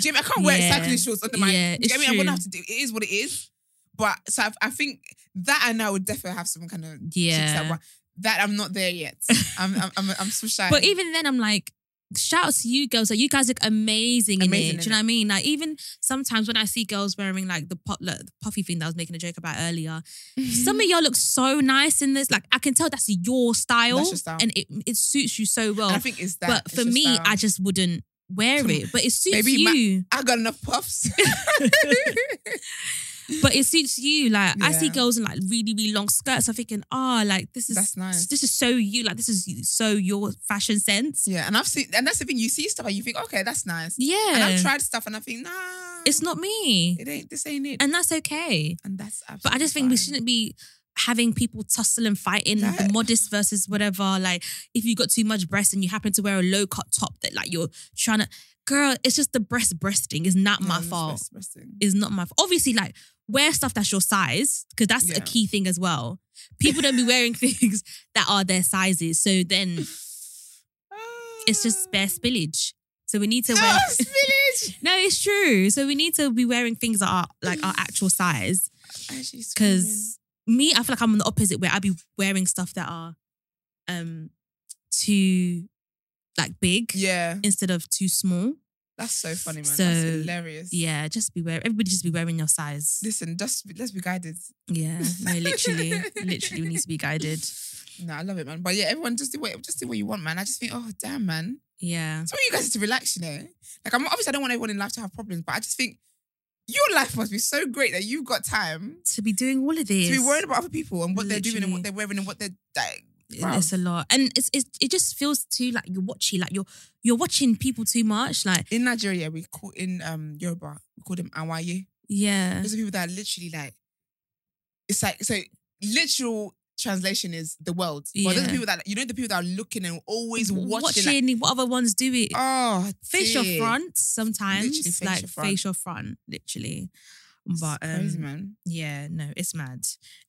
[SPEAKER 2] Jimmy, I can't wear
[SPEAKER 1] Yeah.
[SPEAKER 2] cycling shorts under my.
[SPEAKER 1] Yeah,
[SPEAKER 2] do you get
[SPEAKER 1] it's
[SPEAKER 2] me? I'm gonna
[SPEAKER 1] true.
[SPEAKER 2] have to do. It is what it is. But so I, I think that and I would definitely have some kind of
[SPEAKER 1] Yeah.
[SPEAKER 2] That, that I'm not there yet. I'm I'm I'm, I'm so shy.
[SPEAKER 1] But even then, I'm like, shout out to you girls. Like, you guys look amazing,
[SPEAKER 2] Amazing
[SPEAKER 1] in
[SPEAKER 2] in
[SPEAKER 1] it. Do you know what I mean? Like, even sometimes when I see girls wearing like the pu- like, the puffy thing that I was making a joke about earlier,
[SPEAKER 2] Mm-hmm.
[SPEAKER 1] some of y'all look so nice in this. Like, I can tell that's your style,
[SPEAKER 2] That's your style.
[SPEAKER 1] and it, it suits you so well.
[SPEAKER 2] And I think it's that.
[SPEAKER 1] but
[SPEAKER 2] it's
[SPEAKER 1] for
[SPEAKER 2] your
[SPEAKER 1] me,
[SPEAKER 2] style.
[SPEAKER 1] I just wouldn't wear it. But it suits
[SPEAKER 2] Baby, my-
[SPEAKER 1] you.
[SPEAKER 2] I got enough puffs.
[SPEAKER 1] but it suits you. Like I see
[SPEAKER 2] Yeah.
[SPEAKER 1] girls in like really really long skirts. I'm thinking, oh, like this is
[SPEAKER 2] That's nice.
[SPEAKER 1] This is so you. Like this is so your fashion sense.
[SPEAKER 2] yeah, and I've seen, and that's the thing. You see stuff and you think, okay, that's nice.
[SPEAKER 1] Yeah,
[SPEAKER 2] And I've tried stuff and I think, nah,
[SPEAKER 1] It's not me.
[SPEAKER 2] It ain't. This ain't it.
[SPEAKER 1] and that's okay.
[SPEAKER 2] And that's. Absolutely
[SPEAKER 1] But I just think we
[SPEAKER 2] fine.
[SPEAKER 1] shouldn't be having people tussle and fighting the
[SPEAKER 2] That-
[SPEAKER 1] modest versus whatever. Like if you got too much breast and you happen to wear a low cut top that like you're trying to, girl, it's just the breast breasting is not
[SPEAKER 2] No,
[SPEAKER 1] my
[SPEAKER 2] that's
[SPEAKER 1] fault.
[SPEAKER 2] best- best thing.
[SPEAKER 1] Is not my fault. Obviously, like wear stuff that's your size because that's
[SPEAKER 2] Yeah.
[SPEAKER 1] a key thing as well. People don't be wearing things that are their sizes, so then it's
[SPEAKER 2] Ah.
[SPEAKER 1] just bare spillage. So we need to wear.
[SPEAKER 2] Oh, spillage.
[SPEAKER 1] No, it's true. So we need to be wearing things that are like our actual size. because me, I feel like I'm on the opposite where I'd be wearing stuff that are um too like big
[SPEAKER 2] yeah,
[SPEAKER 1] instead of too small.
[SPEAKER 2] that's so funny, man.
[SPEAKER 1] So,
[SPEAKER 2] that's hilarious.
[SPEAKER 1] Yeah, just be wearing everybody just be wearing your size.
[SPEAKER 2] Listen, just let's be guided.
[SPEAKER 1] Yeah. No, literally. literally we need to be guided.
[SPEAKER 2] No, I love it, man. But yeah, everyone just do what just do what you want, man. I just think, oh damn, man.
[SPEAKER 1] Yeah.
[SPEAKER 2] It's for you guys to relax, you know. Like I'm obviously I don't want everyone in life to have problems, but I just think your life must be so great that you've got time
[SPEAKER 1] To be doing all of this.
[SPEAKER 2] to be worried about other people and what they're doing and
[SPEAKER 1] Literally.
[SPEAKER 2] what they're wearing and what they're like.
[SPEAKER 1] It- It's a lot. And it's, it's it just feels too like you're watching, like you're you're watching people too much. Like,
[SPEAKER 2] In Nigeria, we call in um Yoruba, we call them Awaye.
[SPEAKER 1] Uh-huh. yeah.
[SPEAKER 2] Those are people that are literally like, it's like so literal translation is the world. But those are
[SPEAKER 1] Yeah.
[SPEAKER 2] people that you know the people that are looking and always watching. like,
[SPEAKER 1] watching what other ones do it.
[SPEAKER 2] oh,
[SPEAKER 1] face your
[SPEAKER 2] dear.
[SPEAKER 1] front sometimes
[SPEAKER 2] Literally face
[SPEAKER 1] like
[SPEAKER 2] your front.
[SPEAKER 1] face your front literally
[SPEAKER 2] It's
[SPEAKER 1] but um,
[SPEAKER 2] crazy, man.
[SPEAKER 1] yeah no it's mad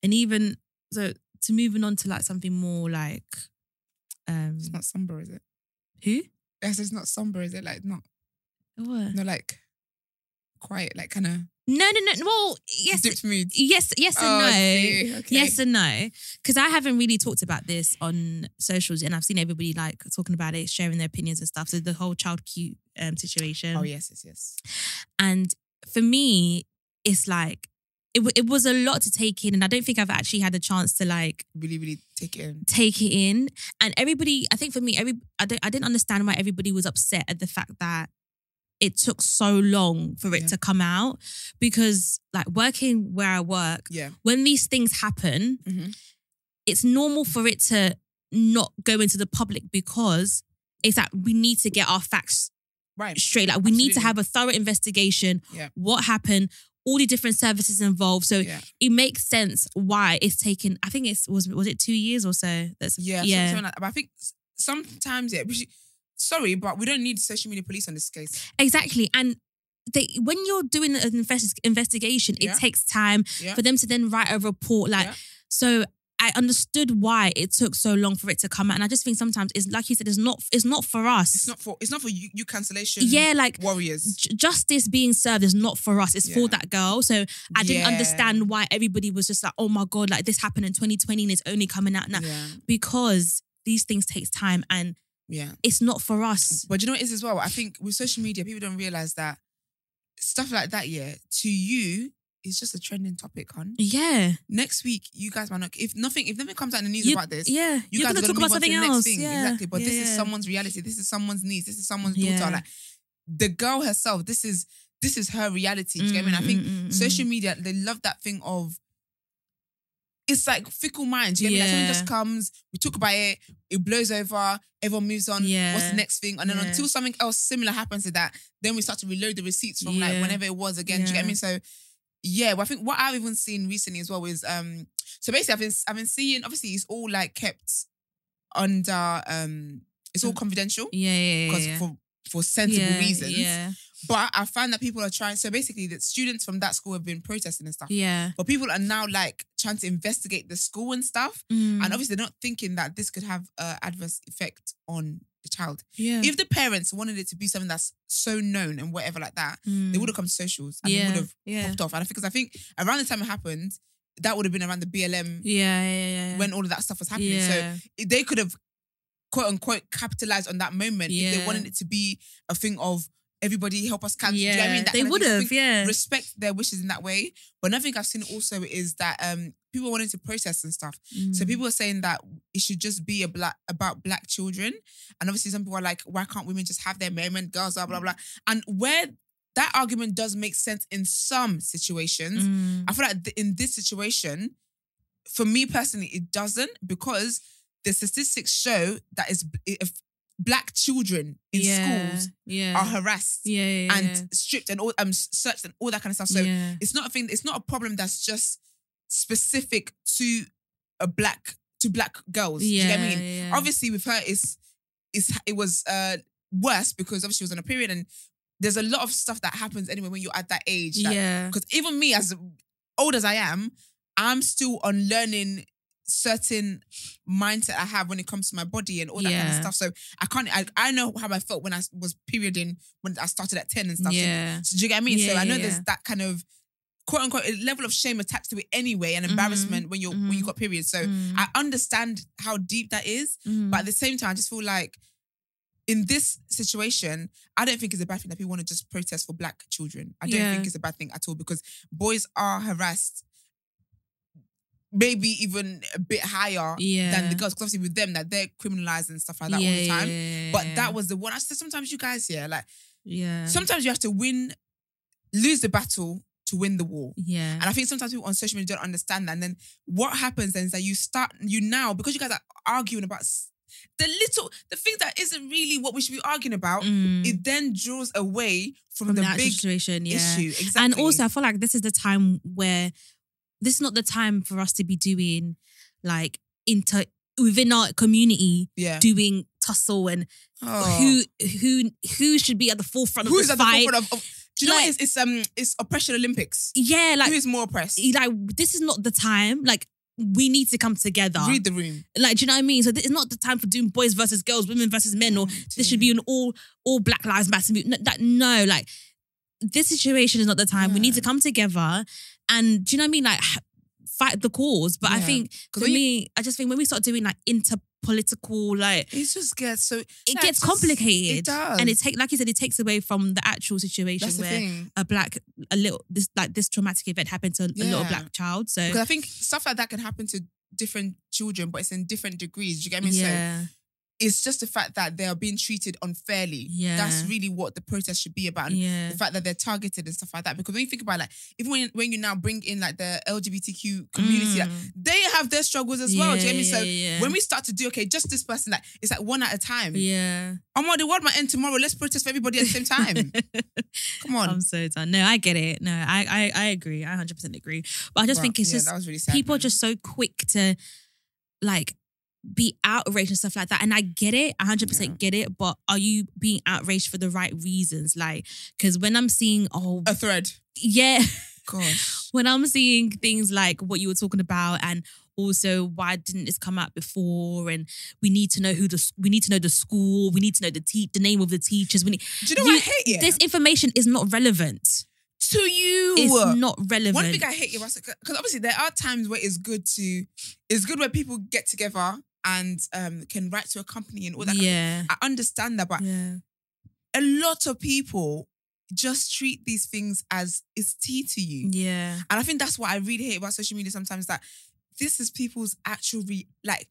[SPEAKER 1] and even so to moving on to like something more like um
[SPEAKER 2] It's not somber, is it?
[SPEAKER 1] who
[SPEAKER 2] Yes, it's not somber, is it? Like not,
[SPEAKER 1] What?
[SPEAKER 2] no, like quiet, like kind of
[SPEAKER 1] no no no well yes
[SPEAKER 2] dipped mood.
[SPEAKER 1] yes yes and
[SPEAKER 2] Oh,
[SPEAKER 1] no
[SPEAKER 2] I see. Okay.
[SPEAKER 1] Yes and no, because I haven't really talked about this on socials, and I've seen everybody like talking about it, sharing their opinions and stuff. So the whole child cute um, situation.
[SPEAKER 2] Oh yes, yes, yes.
[SPEAKER 1] And for me, it's like it, w- it was a lot to take in, and I don't think I've actually had a chance to like
[SPEAKER 2] Really, really take it in.
[SPEAKER 1] take it in. And everybody, I think for me, every I don't I didn't understand why everybody was upset at the fact that it took so long for it
[SPEAKER 2] Yeah.
[SPEAKER 1] to come out because like working where I work,
[SPEAKER 2] Yeah.
[SPEAKER 1] when these things happen,
[SPEAKER 2] Mhm.
[SPEAKER 1] it's normal for it to not go into the public because it's like we need to get our facts
[SPEAKER 2] Right.
[SPEAKER 1] straight. Like we need to
[SPEAKER 2] Absolutely.
[SPEAKER 1] have a thorough investigation.
[SPEAKER 2] Yeah.
[SPEAKER 1] What happened? All the different services involved. So
[SPEAKER 2] Yeah.
[SPEAKER 1] it makes sense why it's taken. I think it's was was it two years or so. That's
[SPEAKER 2] Yeah. Yeah.
[SPEAKER 1] yeah.
[SPEAKER 2] but I think s- sometimes, yeah. We should, sorry, but we don't need social media police on this case.
[SPEAKER 1] exactly. And they when you're doing an invest, investigation,
[SPEAKER 2] Yeah.
[SPEAKER 1] it takes time
[SPEAKER 2] Yeah.
[SPEAKER 1] for them to then write a report. Like
[SPEAKER 2] Yeah.
[SPEAKER 1] so. I understood why it took so long for it to come out, and I just think sometimes it's like you said, it's not it's not for us.
[SPEAKER 2] It's not for. It's not for you. You cancellation.
[SPEAKER 1] yeah, like
[SPEAKER 2] Warriors.
[SPEAKER 1] j- justice being served is not for us. It's
[SPEAKER 2] Yeah.
[SPEAKER 1] for that girl. So I didn't
[SPEAKER 2] Yeah.
[SPEAKER 1] understand why everybody was just like, oh my God, like this happened in 2020 and it's only coming out now.
[SPEAKER 2] Yeah.
[SPEAKER 1] Because these things takes time and
[SPEAKER 2] Yeah.
[SPEAKER 1] it's not for us.
[SPEAKER 2] But do you know what it is as well? I think with social media, people don't realize that stuff like that, yeah, to you is just a trending topic, hon.
[SPEAKER 1] Yeah.
[SPEAKER 2] Next week, you guys might not. If nothing, if nothing comes out in the news
[SPEAKER 1] You-
[SPEAKER 2] about this,
[SPEAKER 1] Yeah.
[SPEAKER 2] you
[SPEAKER 1] are
[SPEAKER 2] guys
[SPEAKER 1] going to
[SPEAKER 2] gotta
[SPEAKER 1] talk about
[SPEAKER 2] move on to
[SPEAKER 1] something
[SPEAKER 2] the next
[SPEAKER 1] else.
[SPEAKER 2] Thing.
[SPEAKER 1] Yeah.
[SPEAKER 2] Exactly. But
[SPEAKER 1] Yeah,
[SPEAKER 2] this is
[SPEAKER 1] yeah.
[SPEAKER 2] someone's reality. This is someone's niece. This is someone's
[SPEAKER 1] Yeah.
[SPEAKER 2] daughter. Like the girl herself. This is this is her reality. Do you get me? And I
[SPEAKER 1] Mm,
[SPEAKER 2] think
[SPEAKER 1] mm, mm,
[SPEAKER 2] social media, they love that thing of it's like fickle minds. You get me? Like something
[SPEAKER 1] Yeah.
[SPEAKER 2] just comes, we talk about it, it blows over, everyone moves on. What's
[SPEAKER 1] Yeah.
[SPEAKER 2] the next thing? And then
[SPEAKER 1] Yeah.
[SPEAKER 2] until something else similar happens to that, then we start to reload the receipts from like
[SPEAKER 1] Yeah.
[SPEAKER 2] whenever it was again. Do you get
[SPEAKER 1] Yeah.
[SPEAKER 2] me? So yeah, well, I think what I've even seen recently as well is um so basically I've been I've been seeing obviously it's all like kept under um it's all confidential
[SPEAKER 1] Yeah, Mm. yeah, yeah.
[SPEAKER 2] because
[SPEAKER 1] yeah.
[SPEAKER 2] for for sensible
[SPEAKER 1] yeah,
[SPEAKER 2] reasons.
[SPEAKER 1] Yeah.
[SPEAKER 2] But I found that people are trying. So basically, that students from that school have been protesting and stuff.
[SPEAKER 1] Yeah.
[SPEAKER 2] But people are now like trying to investigate the school and stuff,
[SPEAKER 1] Mm.
[SPEAKER 2] and obviously they're not thinking that this could have an adverse effect on the child.
[SPEAKER 1] Yeah.
[SPEAKER 2] If the parents wanted it to be something that's so known and whatever like that, they would have come to socials and they
[SPEAKER 1] Mm. Yeah.
[SPEAKER 2] would have
[SPEAKER 1] Yeah.
[SPEAKER 2] popped off. And I think because I think around the time it happened, that would have been around the BLM
[SPEAKER 1] Yeah, yeah, yeah.
[SPEAKER 2] when all of that stuff was happening.
[SPEAKER 1] Yeah.
[SPEAKER 2] So it- they could have quote unquote capitalized on that moment if they
[SPEAKER 1] Yeah.
[SPEAKER 2] wanted it to be a thing of everybody help us cancel. Do you know what I mean?
[SPEAKER 1] Yeah,
[SPEAKER 2] That
[SPEAKER 1] they
[SPEAKER 2] kind of thing. So I
[SPEAKER 1] would've,
[SPEAKER 2] think
[SPEAKER 1] yeah.
[SPEAKER 2] Respect their wishes in that way. But another thing I've seen also is that um people wanted to protest and stuff.
[SPEAKER 1] Mm.
[SPEAKER 2] So people are saying that it should just be a black about black children. And obviously some people are like, why can't women just have their moment, girls, blah, blah, blah. And where that argument does make sense in some situations,
[SPEAKER 1] mm.
[SPEAKER 2] I feel like th- in this situation, for me personally, it doesn't because the statistics show that it's if black children in schools
[SPEAKER 1] yeah.
[SPEAKER 2] are harassed
[SPEAKER 1] yeah, yeah, yeah.
[SPEAKER 2] and stripped and all um searched and all that kind of stuff. So
[SPEAKER 1] Yeah.
[SPEAKER 2] it's not a thing. It's not a problem that's just specific to a black to black girls. Do you get what I
[SPEAKER 1] Yeah,
[SPEAKER 2] mean?
[SPEAKER 1] yeah.
[SPEAKER 2] Obviously, with her, it's it's it was uh worse because obviously she was on a period and there's a lot of stuff that happens anyway when you're at that age. That,
[SPEAKER 1] yeah.
[SPEAKER 2] because even me, as old as I am, I'm still on learning certain mindset I have when it comes to my body and all that kind
[SPEAKER 1] Yeah.
[SPEAKER 2] of stuff. So I can't. I, I know how I felt when I was perioding when I started at ten and stuff. So-
[SPEAKER 1] Yeah.
[SPEAKER 2] So, do you get what I mean? so
[SPEAKER 1] Yeah,
[SPEAKER 2] I know
[SPEAKER 1] yeah,
[SPEAKER 2] there's
[SPEAKER 1] yeah.
[SPEAKER 2] that kind of quote unquote level of shame attached to it anyway
[SPEAKER 1] Mm-hmm.
[SPEAKER 2] and embarrassment when you're when you got periods. So I understand how deep that is,
[SPEAKER 1] Mm-hmm.
[SPEAKER 2] but
[SPEAKER 1] Mm.
[SPEAKER 2] at the same time, I just feel like in this situation, I don't think it's a bad thing that people want to just protest for black children. I don't
[SPEAKER 1] Yeah.
[SPEAKER 2] think it's a bad thing at all because boys are harassed, maybe even a bit higher than
[SPEAKER 1] Yeah.
[SPEAKER 2] the girls. Because obviously with them, that they're criminalized and stuff like that all the
[SPEAKER 1] Yeah,
[SPEAKER 2] time.
[SPEAKER 1] yeah,
[SPEAKER 2] But
[SPEAKER 1] yeah, yeah.
[SPEAKER 2] that was the one. I said sometimes you guys, yeah, like
[SPEAKER 1] Yeah.
[SPEAKER 2] sometimes you have to win, lose the battle to win the war.
[SPEAKER 1] yeah.
[SPEAKER 2] And I think sometimes people on social media don't understand that. And then what happens then is that you start, you now, because you guys are arguing about s- the little, the thing that isn't really what we should be arguing about, it then draws away from,
[SPEAKER 1] Mm. from
[SPEAKER 2] the
[SPEAKER 1] that
[SPEAKER 2] big
[SPEAKER 1] situation, yeah.
[SPEAKER 2] issue. Exactly.
[SPEAKER 1] And also, I feel like this is the time where this is not the time for us to be doing like inter within our community
[SPEAKER 2] yeah.
[SPEAKER 1] doing tussle and
[SPEAKER 2] Oh.
[SPEAKER 1] who who who should be at the forefront
[SPEAKER 2] who
[SPEAKER 1] of
[SPEAKER 2] is
[SPEAKER 1] this
[SPEAKER 2] at the
[SPEAKER 1] fight.
[SPEAKER 2] forefront of, of do you know what
[SPEAKER 1] Like-
[SPEAKER 2] it is? It's um it's oppression Olympics.
[SPEAKER 1] yeah, like
[SPEAKER 2] who is more oppressed?
[SPEAKER 1] like this is not the time. Like we need to come together.
[SPEAKER 2] Read the room.
[SPEAKER 1] Like, do you know what I mean? So this is not the time for doing boys versus girls, women versus men, or this should be an all all Black Lives Matter movement. No, that no, like this situation is not the time. We need to come together, and do you know what I mean? Like h- fight the cause. But I
[SPEAKER 2] Yeah.
[SPEAKER 1] think for
[SPEAKER 2] when you-
[SPEAKER 1] me, I just think when we start doing like interpolitical, like
[SPEAKER 2] It just gets so
[SPEAKER 1] it
[SPEAKER 2] No,
[SPEAKER 1] gets
[SPEAKER 2] just-
[SPEAKER 1] complicated.
[SPEAKER 2] It does.
[SPEAKER 1] and it take like you said, it takes away from the actual situation
[SPEAKER 2] That's the
[SPEAKER 1] where
[SPEAKER 2] thing.
[SPEAKER 1] a black a little this like this traumatic event happened to a little
[SPEAKER 2] Yeah.
[SPEAKER 1] black child. So
[SPEAKER 2] Because I think stuff like that can happen to different children, but it's in different degrees. Do you get me? So
[SPEAKER 1] yeah,
[SPEAKER 2] it's just the fact that they are being treated unfairly.
[SPEAKER 1] Yeah.
[SPEAKER 2] That's really what the protest should be about. And
[SPEAKER 1] Yeah.
[SPEAKER 2] The fact that they're targeted and stuff like that. Because when you think about like, even when, when you now bring in like the LGBTQ community, like, they have their struggles as well. Do you get me?
[SPEAKER 1] Mm. Yeah,
[SPEAKER 2] So
[SPEAKER 1] yeah, yeah.
[SPEAKER 2] when we start to do, okay, just this person, like it's like one at a time.
[SPEAKER 1] yeah.
[SPEAKER 2] I'm on the world might end tomorrow. Let's protest for everybody at the same time. Come on.
[SPEAKER 1] I'm so done. No, I get it. No, I I, I agree. I 100% agree. But I just
[SPEAKER 2] But,
[SPEAKER 1] think it's
[SPEAKER 2] yeah,
[SPEAKER 1] just
[SPEAKER 2] that was really sad,
[SPEAKER 1] people are
[SPEAKER 2] man.
[SPEAKER 1] just so quick to like be outraged and stuff like that. And I get it. I 100% get it. But are you being outraged for the right reasons? Like, because when I'm seeing, oh,
[SPEAKER 2] A thread.
[SPEAKER 1] yeah.
[SPEAKER 2] Gosh.
[SPEAKER 1] when I'm seeing things like what you were talking about and also why didn't this come out before and we need to know who the we need to know the school we need to know the te- the name of the teachers we need
[SPEAKER 2] Do you know what I hate here?
[SPEAKER 1] this information is not relevant
[SPEAKER 2] To you.
[SPEAKER 1] it's not relevant
[SPEAKER 2] One thing I hate about because obviously there are times where it's good to, it's good where people get together and um can write to a company and all that. kind of thing.
[SPEAKER 1] yeah
[SPEAKER 2] I understand that, but
[SPEAKER 1] yeah
[SPEAKER 2] a lot of people just treat these things as it's tea to you,
[SPEAKER 1] yeah
[SPEAKER 2] and I think that's what I really hate about social media sometimes. That this is people's actual re like.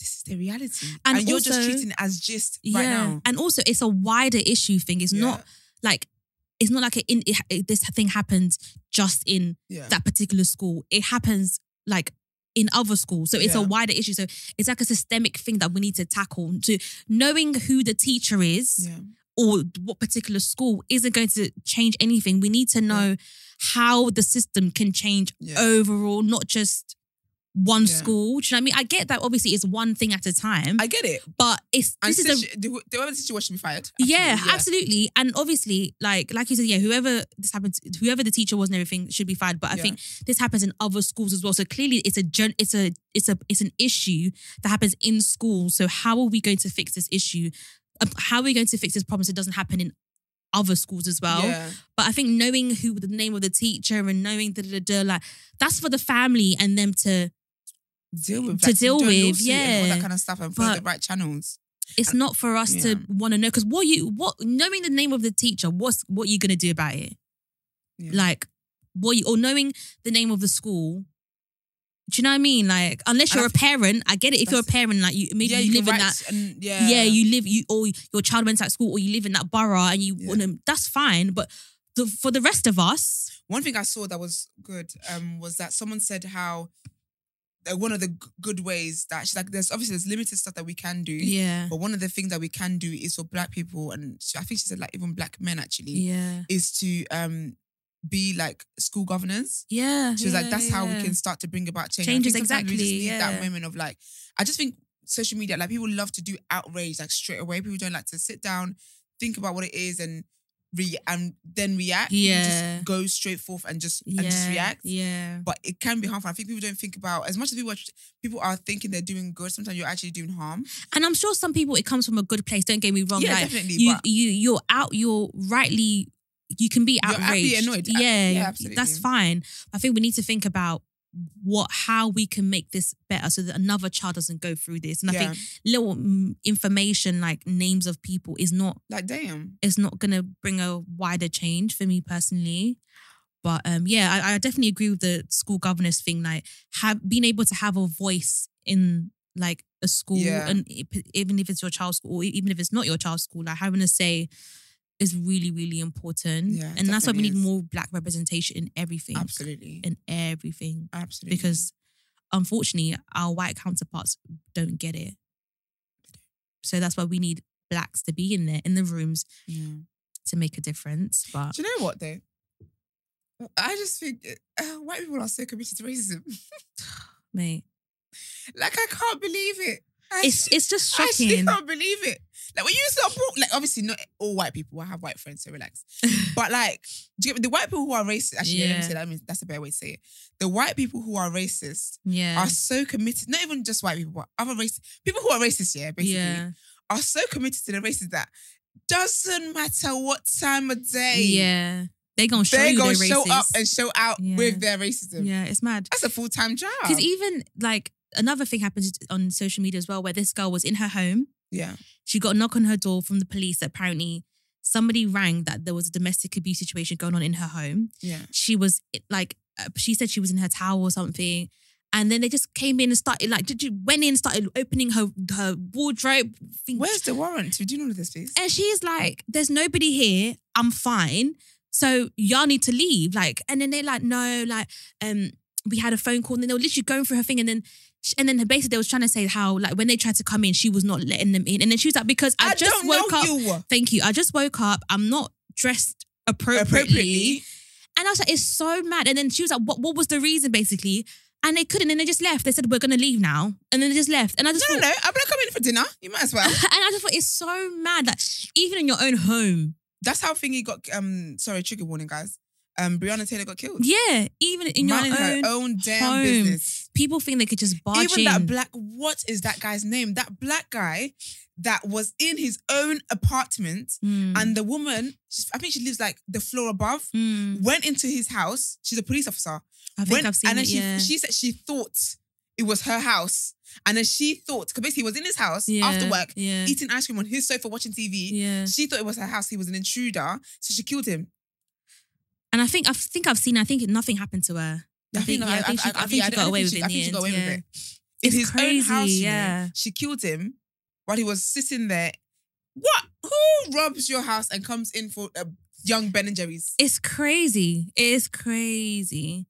[SPEAKER 2] This is their reality, and,
[SPEAKER 1] And
[SPEAKER 2] you're just
[SPEAKER 1] also-
[SPEAKER 2] treating it as gist
[SPEAKER 1] yeah
[SPEAKER 2] right now.
[SPEAKER 1] and also it's a wider issue thing it's
[SPEAKER 2] Yeah.
[SPEAKER 1] not like it's not like it, in, it, it- this thing happens just in
[SPEAKER 2] Yeah.
[SPEAKER 1] that particular school it happens like in other schools so it's a
[SPEAKER 2] Yeah.
[SPEAKER 1] wider issue so it's like a systemic thing that we need to tackle to knowing who the teacher is
[SPEAKER 2] yeah,
[SPEAKER 1] or what particular school isn't going to change anything. We need to know how the system can change
[SPEAKER 2] Yeah.
[SPEAKER 1] overall, not just one
[SPEAKER 2] Yeah.
[SPEAKER 1] school. Do you know what I mean? I get that obviously it's one thing at a time,
[SPEAKER 2] I get it.
[SPEAKER 1] but it's
[SPEAKER 2] And
[SPEAKER 1] this is a
[SPEAKER 2] since she- the, the woman said she was should be fired.
[SPEAKER 1] yeah, absolutely. And obviously, like like you said, yeah, whoever this happens, whoever the teacher was and everything should be fired. But I
[SPEAKER 2] Yeah.
[SPEAKER 1] think this happens in other schools as well. So clearly, it's a gen- it's a it's a it's an issue that happens in school. So how are we going to fix this issue? Um, How are we going to fix this problem so it doesn't happen in other schools as well?
[SPEAKER 2] Yeah.
[SPEAKER 1] But I think knowing who the name of the teacher and knowing da da da, da, like that's for the family and them to.
[SPEAKER 2] Deal with
[SPEAKER 1] To
[SPEAKER 2] like,
[SPEAKER 1] deal
[SPEAKER 2] do a
[SPEAKER 1] with,
[SPEAKER 2] lawsuit and all
[SPEAKER 1] yeah.
[SPEAKER 2] that kind of stuff and follow the
[SPEAKER 1] But-
[SPEAKER 2] right channels.
[SPEAKER 1] It's not for us
[SPEAKER 2] Uh, Yeah.
[SPEAKER 1] to want to know because what you what knowing the name of the teacher, what's what you gonna do about it?
[SPEAKER 2] Yeah.
[SPEAKER 1] like what you or knowing the name of the school. Do you know what I mean? Like, unless
[SPEAKER 2] And
[SPEAKER 1] you're
[SPEAKER 2] I
[SPEAKER 1] a parent, I get it. If you're a
[SPEAKER 2] that's-
[SPEAKER 1] parent, like you maybe
[SPEAKER 2] yeah,
[SPEAKER 1] you, live
[SPEAKER 2] can
[SPEAKER 1] in
[SPEAKER 2] write
[SPEAKER 1] that.
[SPEAKER 2] and- yeah,
[SPEAKER 1] Yeah. you live you or your child went to that school or you live in that borough and you
[SPEAKER 2] Yeah.
[SPEAKER 1] want to. That's fine, but the, for the rest of us,
[SPEAKER 2] One thing I saw that was good um, was that someone said how uh, one of the g- good ways that she's like, there's obviously there's limited stuff that we can do.
[SPEAKER 1] yeah,
[SPEAKER 2] But one of the things that we can do is for black people, and she- I think she said like even black men actually,
[SPEAKER 1] yeah,
[SPEAKER 2] is to um be like school governors.
[SPEAKER 1] yeah.
[SPEAKER 2] She was like,
[SPEAKER 1] yeah,
[SPEAKER 2] that's how we
[SPEAKER 1] yeah.
[SPEAKER 2] can start to bring about change. I
[SPEAKER 1] Changes,
[SPEAKER 2] think sometimes we just
[SPEAKER 1] exactly,
[SPEAKER 2] need That
[SPEAKER 1] yeah.
[SPEAKER 2] moment of like, I just think social media, like people love to do outrage like straight away. People don't like to sit down, think about what it is, and re and then react. People
[SPEAKER 1] Yeah.
[SPEAKER 2] just go straight forth and just and just react.
[SPEAKER 1] Yeah,
[SPEAKER 2] But it can be harmful. I think people don't think about as much as people are, people are thinking they're doing good. Sometimes you're actually doing harm.
[SPEAKER 1] and I'm sure some people it comes from a good place. Don't get me wrong.
[SPEAKER 2] Yeah,
[SPEAKER 1] like,
[SPEAKER 2] definitely,
[SPEAKER 1] You
[SPEAKER 2] but-
[SPEAKER 1] you you're out. You're rightly. You can be
[SPEAKER 2] You're happy,
[SPEAKER 1] outraged.
[SPEAKER 2] annoyed.
[SPEAKER 1] Yeah,
[SPEAKER 2] Yeah, absolutely.
[SPEAKER 1] that's fine. I think we need to think about what how we can make this better so that another child doesn't go through this. And I
[SPEAKER 2] yeah.
[SPEAKER 1] think little mm, information like names of people is not
[SPEAKER 2] like damn.
[SPEAKER 1] is not gonna bring a wider change for me personally. But um, yeah, I, I definitely agree with the school governors thing. Like, have being able to have a voice in like a school,
[SPEAKER 2] Yeah.
[SPEAKER 1] and if- even if it's your child's school, or e, even if it's not your child's school, like having a say is really, really important.
[SPEAKER 2] Yeah,
[SPEAKER 1] and that's why we
[SPEAKER 2] definitely
[SPEAKER 1] need
[SPEAKER 2] is.
[SPEAKER 1] more black representation in everything,
[SPEAKER 2] Absolutely.
[SPEAKER 1] in everything,
[SPEAKER 2] Absolutely.
[SPEAKER 1] because unfortunately, our white counterparts don't get it. So that's why we need blacks to be in there in the rooms
[SPEAKER 2] Yeah.
[SPEAKER 1] to make a difference. But
[SPEAKER 2] Do you know what though? I just think uh, white people are so committed to racism.
[SPEAKER 1] mate,
[SPEAKER 2] like I can't believe it. I
[SPEAKER 1] it's it's just
[SPEAKER 2] I still
[SPEAKER 1] shocking.
[SPEAKER 2] can't believe it. Like when you start brought, like obviously not all white people. I have white friends, so relax. But like, do you get me? the white people who are racist? Actually, yeah. let me
[SPEAKER 1] Yeah.
[SPEAKER 2] say that. I mean, that's a better way to say it. The white people who are racist
[SPEAKER 1] yeah,
[SPEAKER 2] are so committed. Not even just white people, but other race people who are racist. Yeah, basically
[SPEAKER 1] yeah,
[SPEAKER 2] are so committed to the races that doesn't matter what time of day.
[SPEAKER 1] yeah. They gonna show
[SPEAKER 2] They're
[SPEAKER 1] you
[SPEAKER 2] gonna
[SPEAKER 1] they're
[SPEAKER 2] show up
[SPEAKER 1] racist.
[SPEAKER 2] and show out
[SPEAKER 1] Yeah.
[SPEAKER 2] with their racism.
[SPEAKER 1] yeah, e it's mad.
[SPEAKER 2] That's a full time job.
[SPEAKER 1] Because even like another thing happened on social media as well, where this girl was in her home.
[SPEAKER 2] yeah,
[SPEAKER 1] She got a knock on her door from the police. Apparently, somebody rang that there was a domestic abuse situation going on in her home.
[SPEAKER 2] yeah.
[SPEAKER 1] She was like, uh, she said she was in her towel or something. And then they just came in and started like, did you went in, started opening her her wardrobe. thing-
[SPEAKER 2] Where's the warrant? We do know this, please.
[SPEAKER 1] And she's like, there's nobody here. I'm fine. So y'all need to leave. Like, and then they're like, no, like, um, we had a phone call and then they were literally going through her thing. And then, sh- and then basically they was trying to say how, like, when they tried to come in, she was not letting them in. And then she was like, because I,
[SPEAKER 2] I
[SPEAKER 1] just
[SPEAKER 2] don't
[SPEAKER 1] woke
[SPEAKER 2] know
[SPEAKER 1] up.
[SPEAKER 2] you.
[SPEAKER 1] Thank you. I just woke up. I'm not dressed appropriately.
[SPEAKER 2] Appropriately.
[SPEAKER 1] And I was like, it's so mad. And then she was like, what, what was the reason basically? And they couldn't. And they just left. They said, we're going to leave now. And then they just left. And I just
[SPEAKER 2] No, no,
[SPEAKER 1] thought-
[SPEAKER 2] no. I'm not coming for dinner. You might as well.
[SPEAKER 1] and I just thought it's so mad that even in your own home,
[SPEAKER 2] That's how thingy got. Um, sorry, trigger warning, guys. Um, Breonna Taylor got killed.
[SPEAKER 1] yeah, even in your
[SPEAKER 2] Minding her
[SPEAKER 1] own,
[SPEAKER 2] own damn
[SPEAKER 1] home.
[SPEAKER 2] business.
[SPEAKER 1] people think they could just barge
[SPEAKER 2] Even that
[SPEAKER 1] in.
[SPEAKER 2] black. What is that guy's name? That black guy that was in his own apartment,
[SPEAKER 1] Mm,
[SPEAKER 2] and the woman, she's, I think she lives like the floor above.
[SPEAKER 1] mm.
[SPEAKER 2] Went into his house. She's a police officer.
[SPEAKER 1] I think
[SPEAKER 2] Went-
[SPEAKER 1] I've seen
[SPEAKER 2] and then
[SPEAKER 1] it.
[SPEAKER 2] she,
[SPEAKER 1] yeah.
[SPEAKER 2] she said she thought it was her house. And then she thought, because basically he was in his house
[SPEAKER 1] yeah,
[SPEAKER 2] after work,
[SPEAKER 1] yeah,
[SPEAKER 2] eating ice cream on his sofa, watching TV.
[SPEAKER 1] yeah.
[SPEAKER 2] She thought it was her house. He was an intruder. So she killed him.
[SPEAKER 1] And I think I think I've seen. I think nothing happened to her. I think, yeah, I think she, I think she
[SPEAKER 2] don't-
[SPEAKER 1] got
[SPEAKER 2] don't
[SPEAKER 1] away
[SPEAKER 2] think
[SPEAKER 1] with
[SPEAKER 2] she-
[SPEAKER 1] it.
[SPEAKER 2] I
[SPEAKER 1] in the
[SPEAKER 2] think she got
[SPEAKER 1] end,
[SPEAKER 2] away
[SPEAKER 1] yeah.
[SPEAKER 2] with it. In
[SPEAKER 1] It's
[SPEAKER 2] his
[SPEAKER 1] crazy,
[SPEAKER 2] own house, you know,
[SPEAKER 1] yeah.
[SPEAKER 2] she killed him while he was sitting there. What? Who robs your house and comes in for uh, young Ben and Jerry's?
[SPEAKER 1] It's crazy. It is crazy.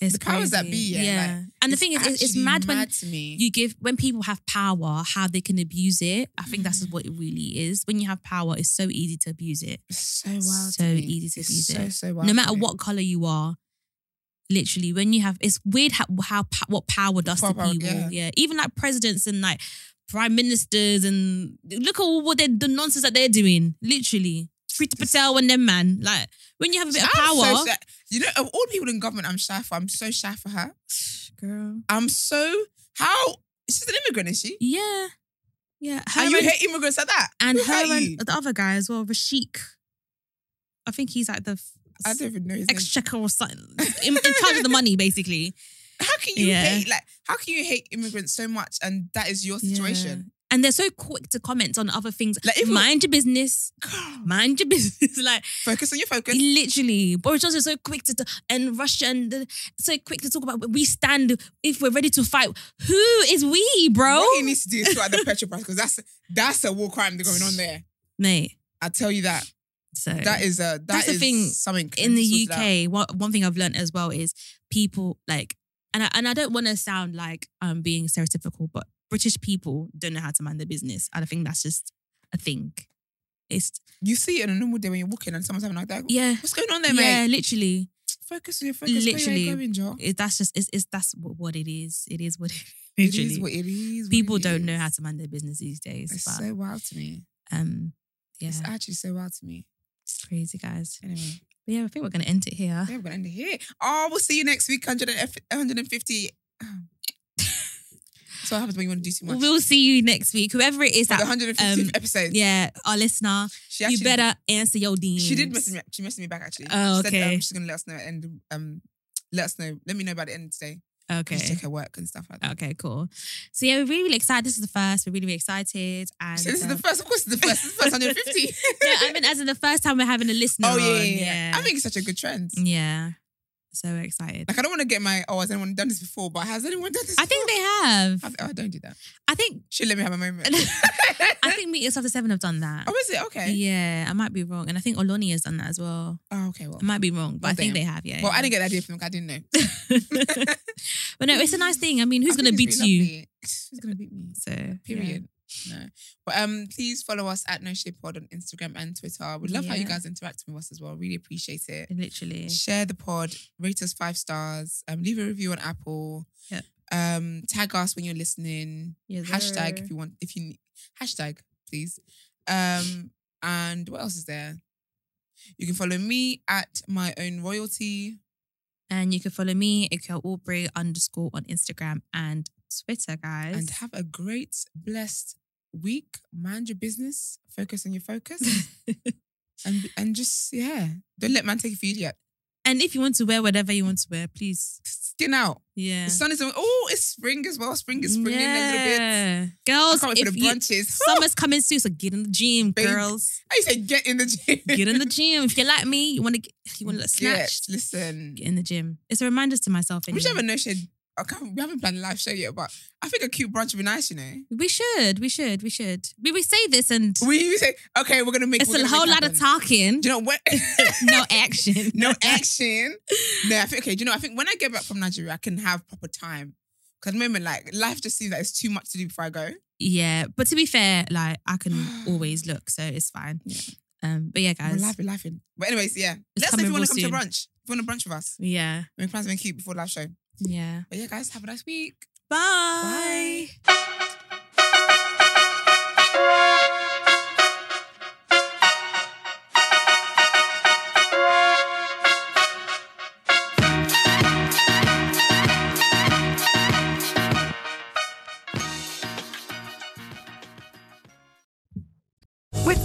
[SPEAKER 1] It's
[SPEAKER 2] The powers that
[SPEAKER 1] crazy.
[SPEAKER 2] be, yeah, like,
[SPEAKER 1] and the thing is, it's, it's
[SPEAKER 2] actually
[SPEAKER 1] mad when
[SPEAKER 2] to me.
[SPEAKER 1] you give when people have power, how they can abuse it. I think that's
[SPEAKER 2] Mm-hmm.
[SPEAKER 1] what it really is. When you have power, it's so easy to abuse it.
[SPEAKER 2] It's so wild.
[SPEAKER 1] so
[SPEAKER 2] to me.
[SPEAKER 1] easy to
[SPEAKER 2] It's
[SPEAKER 1] abuse
[SPEAKER 2] so,
[SPEAKER 1] it.
[SPEAKER 2] So wild
[SPEAKER 1] no
[SPEAKER 2] to
[SPEAKER 1] matter
[SPEAKER 2] me.
[SPEAKER 1] what color you are, literally when you have it's weird how, how pa- what power does to
[SPEAKER 2] Power,
[SPEAKER 1] people
[SPEAKER 2] yeah.
[SPEAKER 1] yeah. even like presidents and like prime ministers and look at what they the nonsense that they're doing literally Priti Patel and them man like when you have a bit of
[SPEAKER 2] I'm
[SPEAKER 1] power
[SPEAKER 2] So shy. You know, of all people in government, I'm shy for. I'm so shy for her.
[SPEAKER 1] girl
[SPEAKER 2] I'm so how she's an immigrant, is she?
[SPEAKER 1] yeah yeah her
[SPEAKER 2] and you
[SPEAKER 1] and,
[SPEAKER 2] hate immigrants like that?
[SPEAKER 1] and
[SPEAKER 2] Who hate
[SPEAKER 1] her
[SPEAKER 2] you?
[SPEAKER 1] and the other guy as well Rashik I think he's like the
[SPEAKER 2] I don't even know his name.
[SPEAKER 1] exchequer or something in, in charge of the money basically
[SPEAKER 2] How can you
[SPEAKER 1] Yeah.
[SPEAKER 2] hate like how can you hate immigrants so much and that is your situation?
[SPEAKER 1] Yeah. And they're so quick to comment on other things.
[SPEAKER 2] Like,
[SPEAKER 1] Like,
[SPEAKER 2] even-
[SPEAKER 1] mind your business. Mind your business. like,
[SPEAKER 2] Focus on your focus.
[SPEAKER 1] literally, Boris Johnson is so quick to, and Russia and the, so quick to talk about we stand if we're ready to fight. Who is we, bro?
[SPEAKER 2] What he needs to do is throw out the Petrobras because that's that's a war crime that's going on there.
[SPEAKER 1] Mate,
[SPEAKER 2] I tell you that.
[SPEAKER 1] so
[SPEAKER 2] That is a that
[SPEAKER 1] That's the
[SPEAKER 2] is
[SPEAKER 1] thing
[SPEAKER 2] something
[SPEAKER 1] in
[SPEAKER 2] to
[SPEAKER 1] the
[SPEAKER 2] sort it out.
[SPEAKER 1] UK, one, one thing I've learned as well is people like, and I, and I don't want to sound like I'm being stereotypical, but British people don't know how to mind their business. And I think that's just a thing. It's,
[SPEAKER 2] You see it on a normal day when you're walking and someone's having like that.
[SPEAKER 1] yeah.
[SPEAKER 2] What's going on there,
[SPEAKER 1] Yeah,
[SPEAKER 2] mate?
[SPEAKER 1] literally.
[SPEAKER 2] Focus on your focus. Literally.
[SPEAKER 1] Literally.
[SPEAKER 2] Where are you going, Joel?
[SPEAKER 1] It, that's just it's, it's that's wh- what it is. It is what it
[SPEAKER 2] It
[SPEAKER 1] literally.
[SPEAKER 2] is what it is. what
[SPEAKER 1] People
[SPEAKER 2] it
[SPEAKER 1] don't know
[SPEAKER 2] is.
[SPEAKER 1] how to mind their business these days.
[SPEAKER 2] It's
[SPEAKER 1] but
[SPEAKER 2] so wild to me.
[SPEAKER 1] um, yeah,
[SPEAKER 2] It's
[SPEAKER 1] it's
[SPEAKER 2] actually so wild to me.
[SPEAKER 1] crazy guys.
[SPEAKER 2] Anyway,
[SPEAKER 1] But yeah, I think we're gonna end it here.
[SPEAKER 2] yeah, we're gonna end it here. Oh, we'll see you next week. 100 and f- 150. so what happens when you want to do too much.
[SPEAKER 1] We'll see you next week. Whoever it is
[SPEAKER 2] For the
[SPEAKER 1] that
[SPEAKER 2] 150th
[SPEAKER 1] um,
[SPEAKER 2] episode.
[SPEAKER 1] yeah, our listener,
[SPEAKER 2] she actually,
[SPEAKER 1] you better answer your DMs.
[SPEAKER 2] She did message me. She messaged me back actually.
[SPEAKER 1] Oh,
[SPEAKER 2] she Said, um,
[SPEAKER 1] okay.
[SPEAKER 2] she's gonna let us know and um, let us know. Let me know by the end of today.
[SPEAKER 1] Okay.
[SPEAKER 2] Just check her work and stuff like that.
[SPEAKER 1] Okay, cool. So yeah, we're really, really excited. This is the first. We're really, really excited. And
[SPEAKER 2] So this is
[SPEAKER 1] uh,
[SPEAKER 2] the first. Of course, it's the first. This is the first 150.
[SPEAKER 1] no, I mean, as in the first time we're having a listener.
[SPEAKER 2] oh yeah, yeah,
[SPEAKER 1] on.
[SPEAKER 2] yeah. I think it's such a good trend.
[SPEAKER 1] yeah. So excited.
[SPEAKER 2] Like I don't want to get my. Oh, has anyone done this before? But has anyone done this?
[SPEAKER 1] I think they have.
[SPEAKER 2] before? I, oh, don't do that.
[SPEAKER 1] I think
[SPEAKER 2] She let me have a moment.
[SPEAKER 1] I think Meet Yourself to Seven have done that.
[SPEAKER 2] Oh, is it okay?
[SPEAKER 1] Yeah, I might be wrong, and I think Oloni has done that as well.
[SPEAKER 2] Oh, okay. Well,
[SPEAKER 1] I might be wrong, but
[SPEAKER 2] Well,
[SPEAKER 1] I think
[SPEAKER 2] damn.
[SPEAKER 1] they have. Yeah.
[SPEAKER 2] well,
[SPEAKER 1] yeah.
[SPEAKER 2] I didn't get that idea from them. I didn't know.
[SPEAKER 1] get. but no, it's a nice thing. I mean, who's
[SPEAKER 2] I
[SPEAKER 1] gonna
[SPEAKER 2] think
[SPEAKER 1] beat
[SPEAKER 2] it's
[SPEAKER 1] you?
[SPEAKER 2] really lovely. Who's gonna beat me?
[SPEAKER 1] So yeah.
[SPEAKER 2] Period. No. But um, please follow us at No Shape Pod on Instagram and Twitter. We love how you
[SPEAKER 1] Yeah.
[SPEAKER 2] guys interact with us as well. Really appreciate it.
[SPEAKER 1] Literally.
[SPEAKER 2] Share the pod, rate us five stars, um, leave a review on Apple.
[SPEAKER 1] Yep.
[SPEAKER 2] Um, tag us when you're listening.
[SPEAKER 1] Yes,
[SPEAKER 2] hashtag
[SPEAKER 1] sir.
[SPEAKER 2] if you want if you hashtag, please. Um, and what else is there? You can follow me at my own royalty.
[SPEAKER 1] And you can follow me, Ikel Aubrey underscore on Instagram and Twitter, guys.
[SPEAKER 2] and have a great, blessed week. Mind your business, focus on your focus, and and just yeah, don't let man take you for idiot.
[SPEAKER 1] and if you want to wear whatever you want to wear, please.
[SPEAKER 2] Skin out.
[SPEAKER 1] Yeah.
[SPEAKER 2] The sun is oh, it's spring as well. Spring is springing in a little bit.
[SPEAKER 1] Yeah.
[SPEAKER 2] I
[SPEAKER 1] Girls,
[SPEAKER 2] can't wait for
[SPEAKER 1] if
[SPEAKER 2] the
[SPEAKER 1] you,
[SPEAKER 2] brunches.
[SPEAKER 1] summer's coming soon, so get in the gym,
[SPEAKER 2] Baby.
[SPEAKER 1] girls.
[SPEAKER 2] I used to say get in the gym.
[SPEAKER 1] Get in the gym. If you're like me, you want to get you want to look
[SPEAKER 2] Get,
[SPEAKER 1] snatched.
[SPEAKER 2] listen,
[SPEAKER 1] Get in the gym. It's a reminder to myself.
[SPEAKER 2] we
[SPEAKER 1] Anyway.
[SPEAKER 2] should have a no shade. I can't, we haven't planned a live show yet, but I think a cute brunch would be nice, you know.
[SPEAKER 1] we should. We should. We should. We, we say this and
[SPEAKER 2] We, we say, okay, we're gonna make
[SPEAKER 1] it's
[SPEAKER 2] we're
[SPEAKER 1] a
[SPEAKER 2] gonna
[SPEAKER 1] whole
[SPEAKER 2] make
[SPEAKER 1] lot
[SPEAKER 2] happen.
[SPEAKER 1] of talking,
[SPEAKER 2] Do you know what?
[SPEAKER 1] no action.
[SPEAKER 2] no action. No, I think okay. Do you know? I think when I get back from Nigeria, I can have proper time. Because at the moment, like life just seems like it's too much to do before I go.
[SPEAKER 1] Yeah, but to be fair, like I can always look, so it's fine.
[SPEAKER 2] Yeah.
[SPEAKER 1] Um, but yeah,
[SPEAKER 2] We're
[SPEAKER 1] guys.
[SPEAKER 2] laughing, laughing. But anyways, yeah.
[SPEAKER 1] It's
[SPEAKER 2] Let us know if
[SPEAKER 1] coming
[SPEAKER 2] you want
[SPEAKER 1] real
[SPEAKER 2] to come
[SPEAKER 1] soon.
[SPEAKER 2] to brunch. If you want to brunch with us,
[SPEAKER 1] Yeah.
[SPEAKER 2] we plan something cute before live show.
[SPEAKER 1] Yeah.
[SPEAKER 2] But yeah, guys, have a nice week.
[SPEAKER 1] Bye.
[SPEAKER 5] With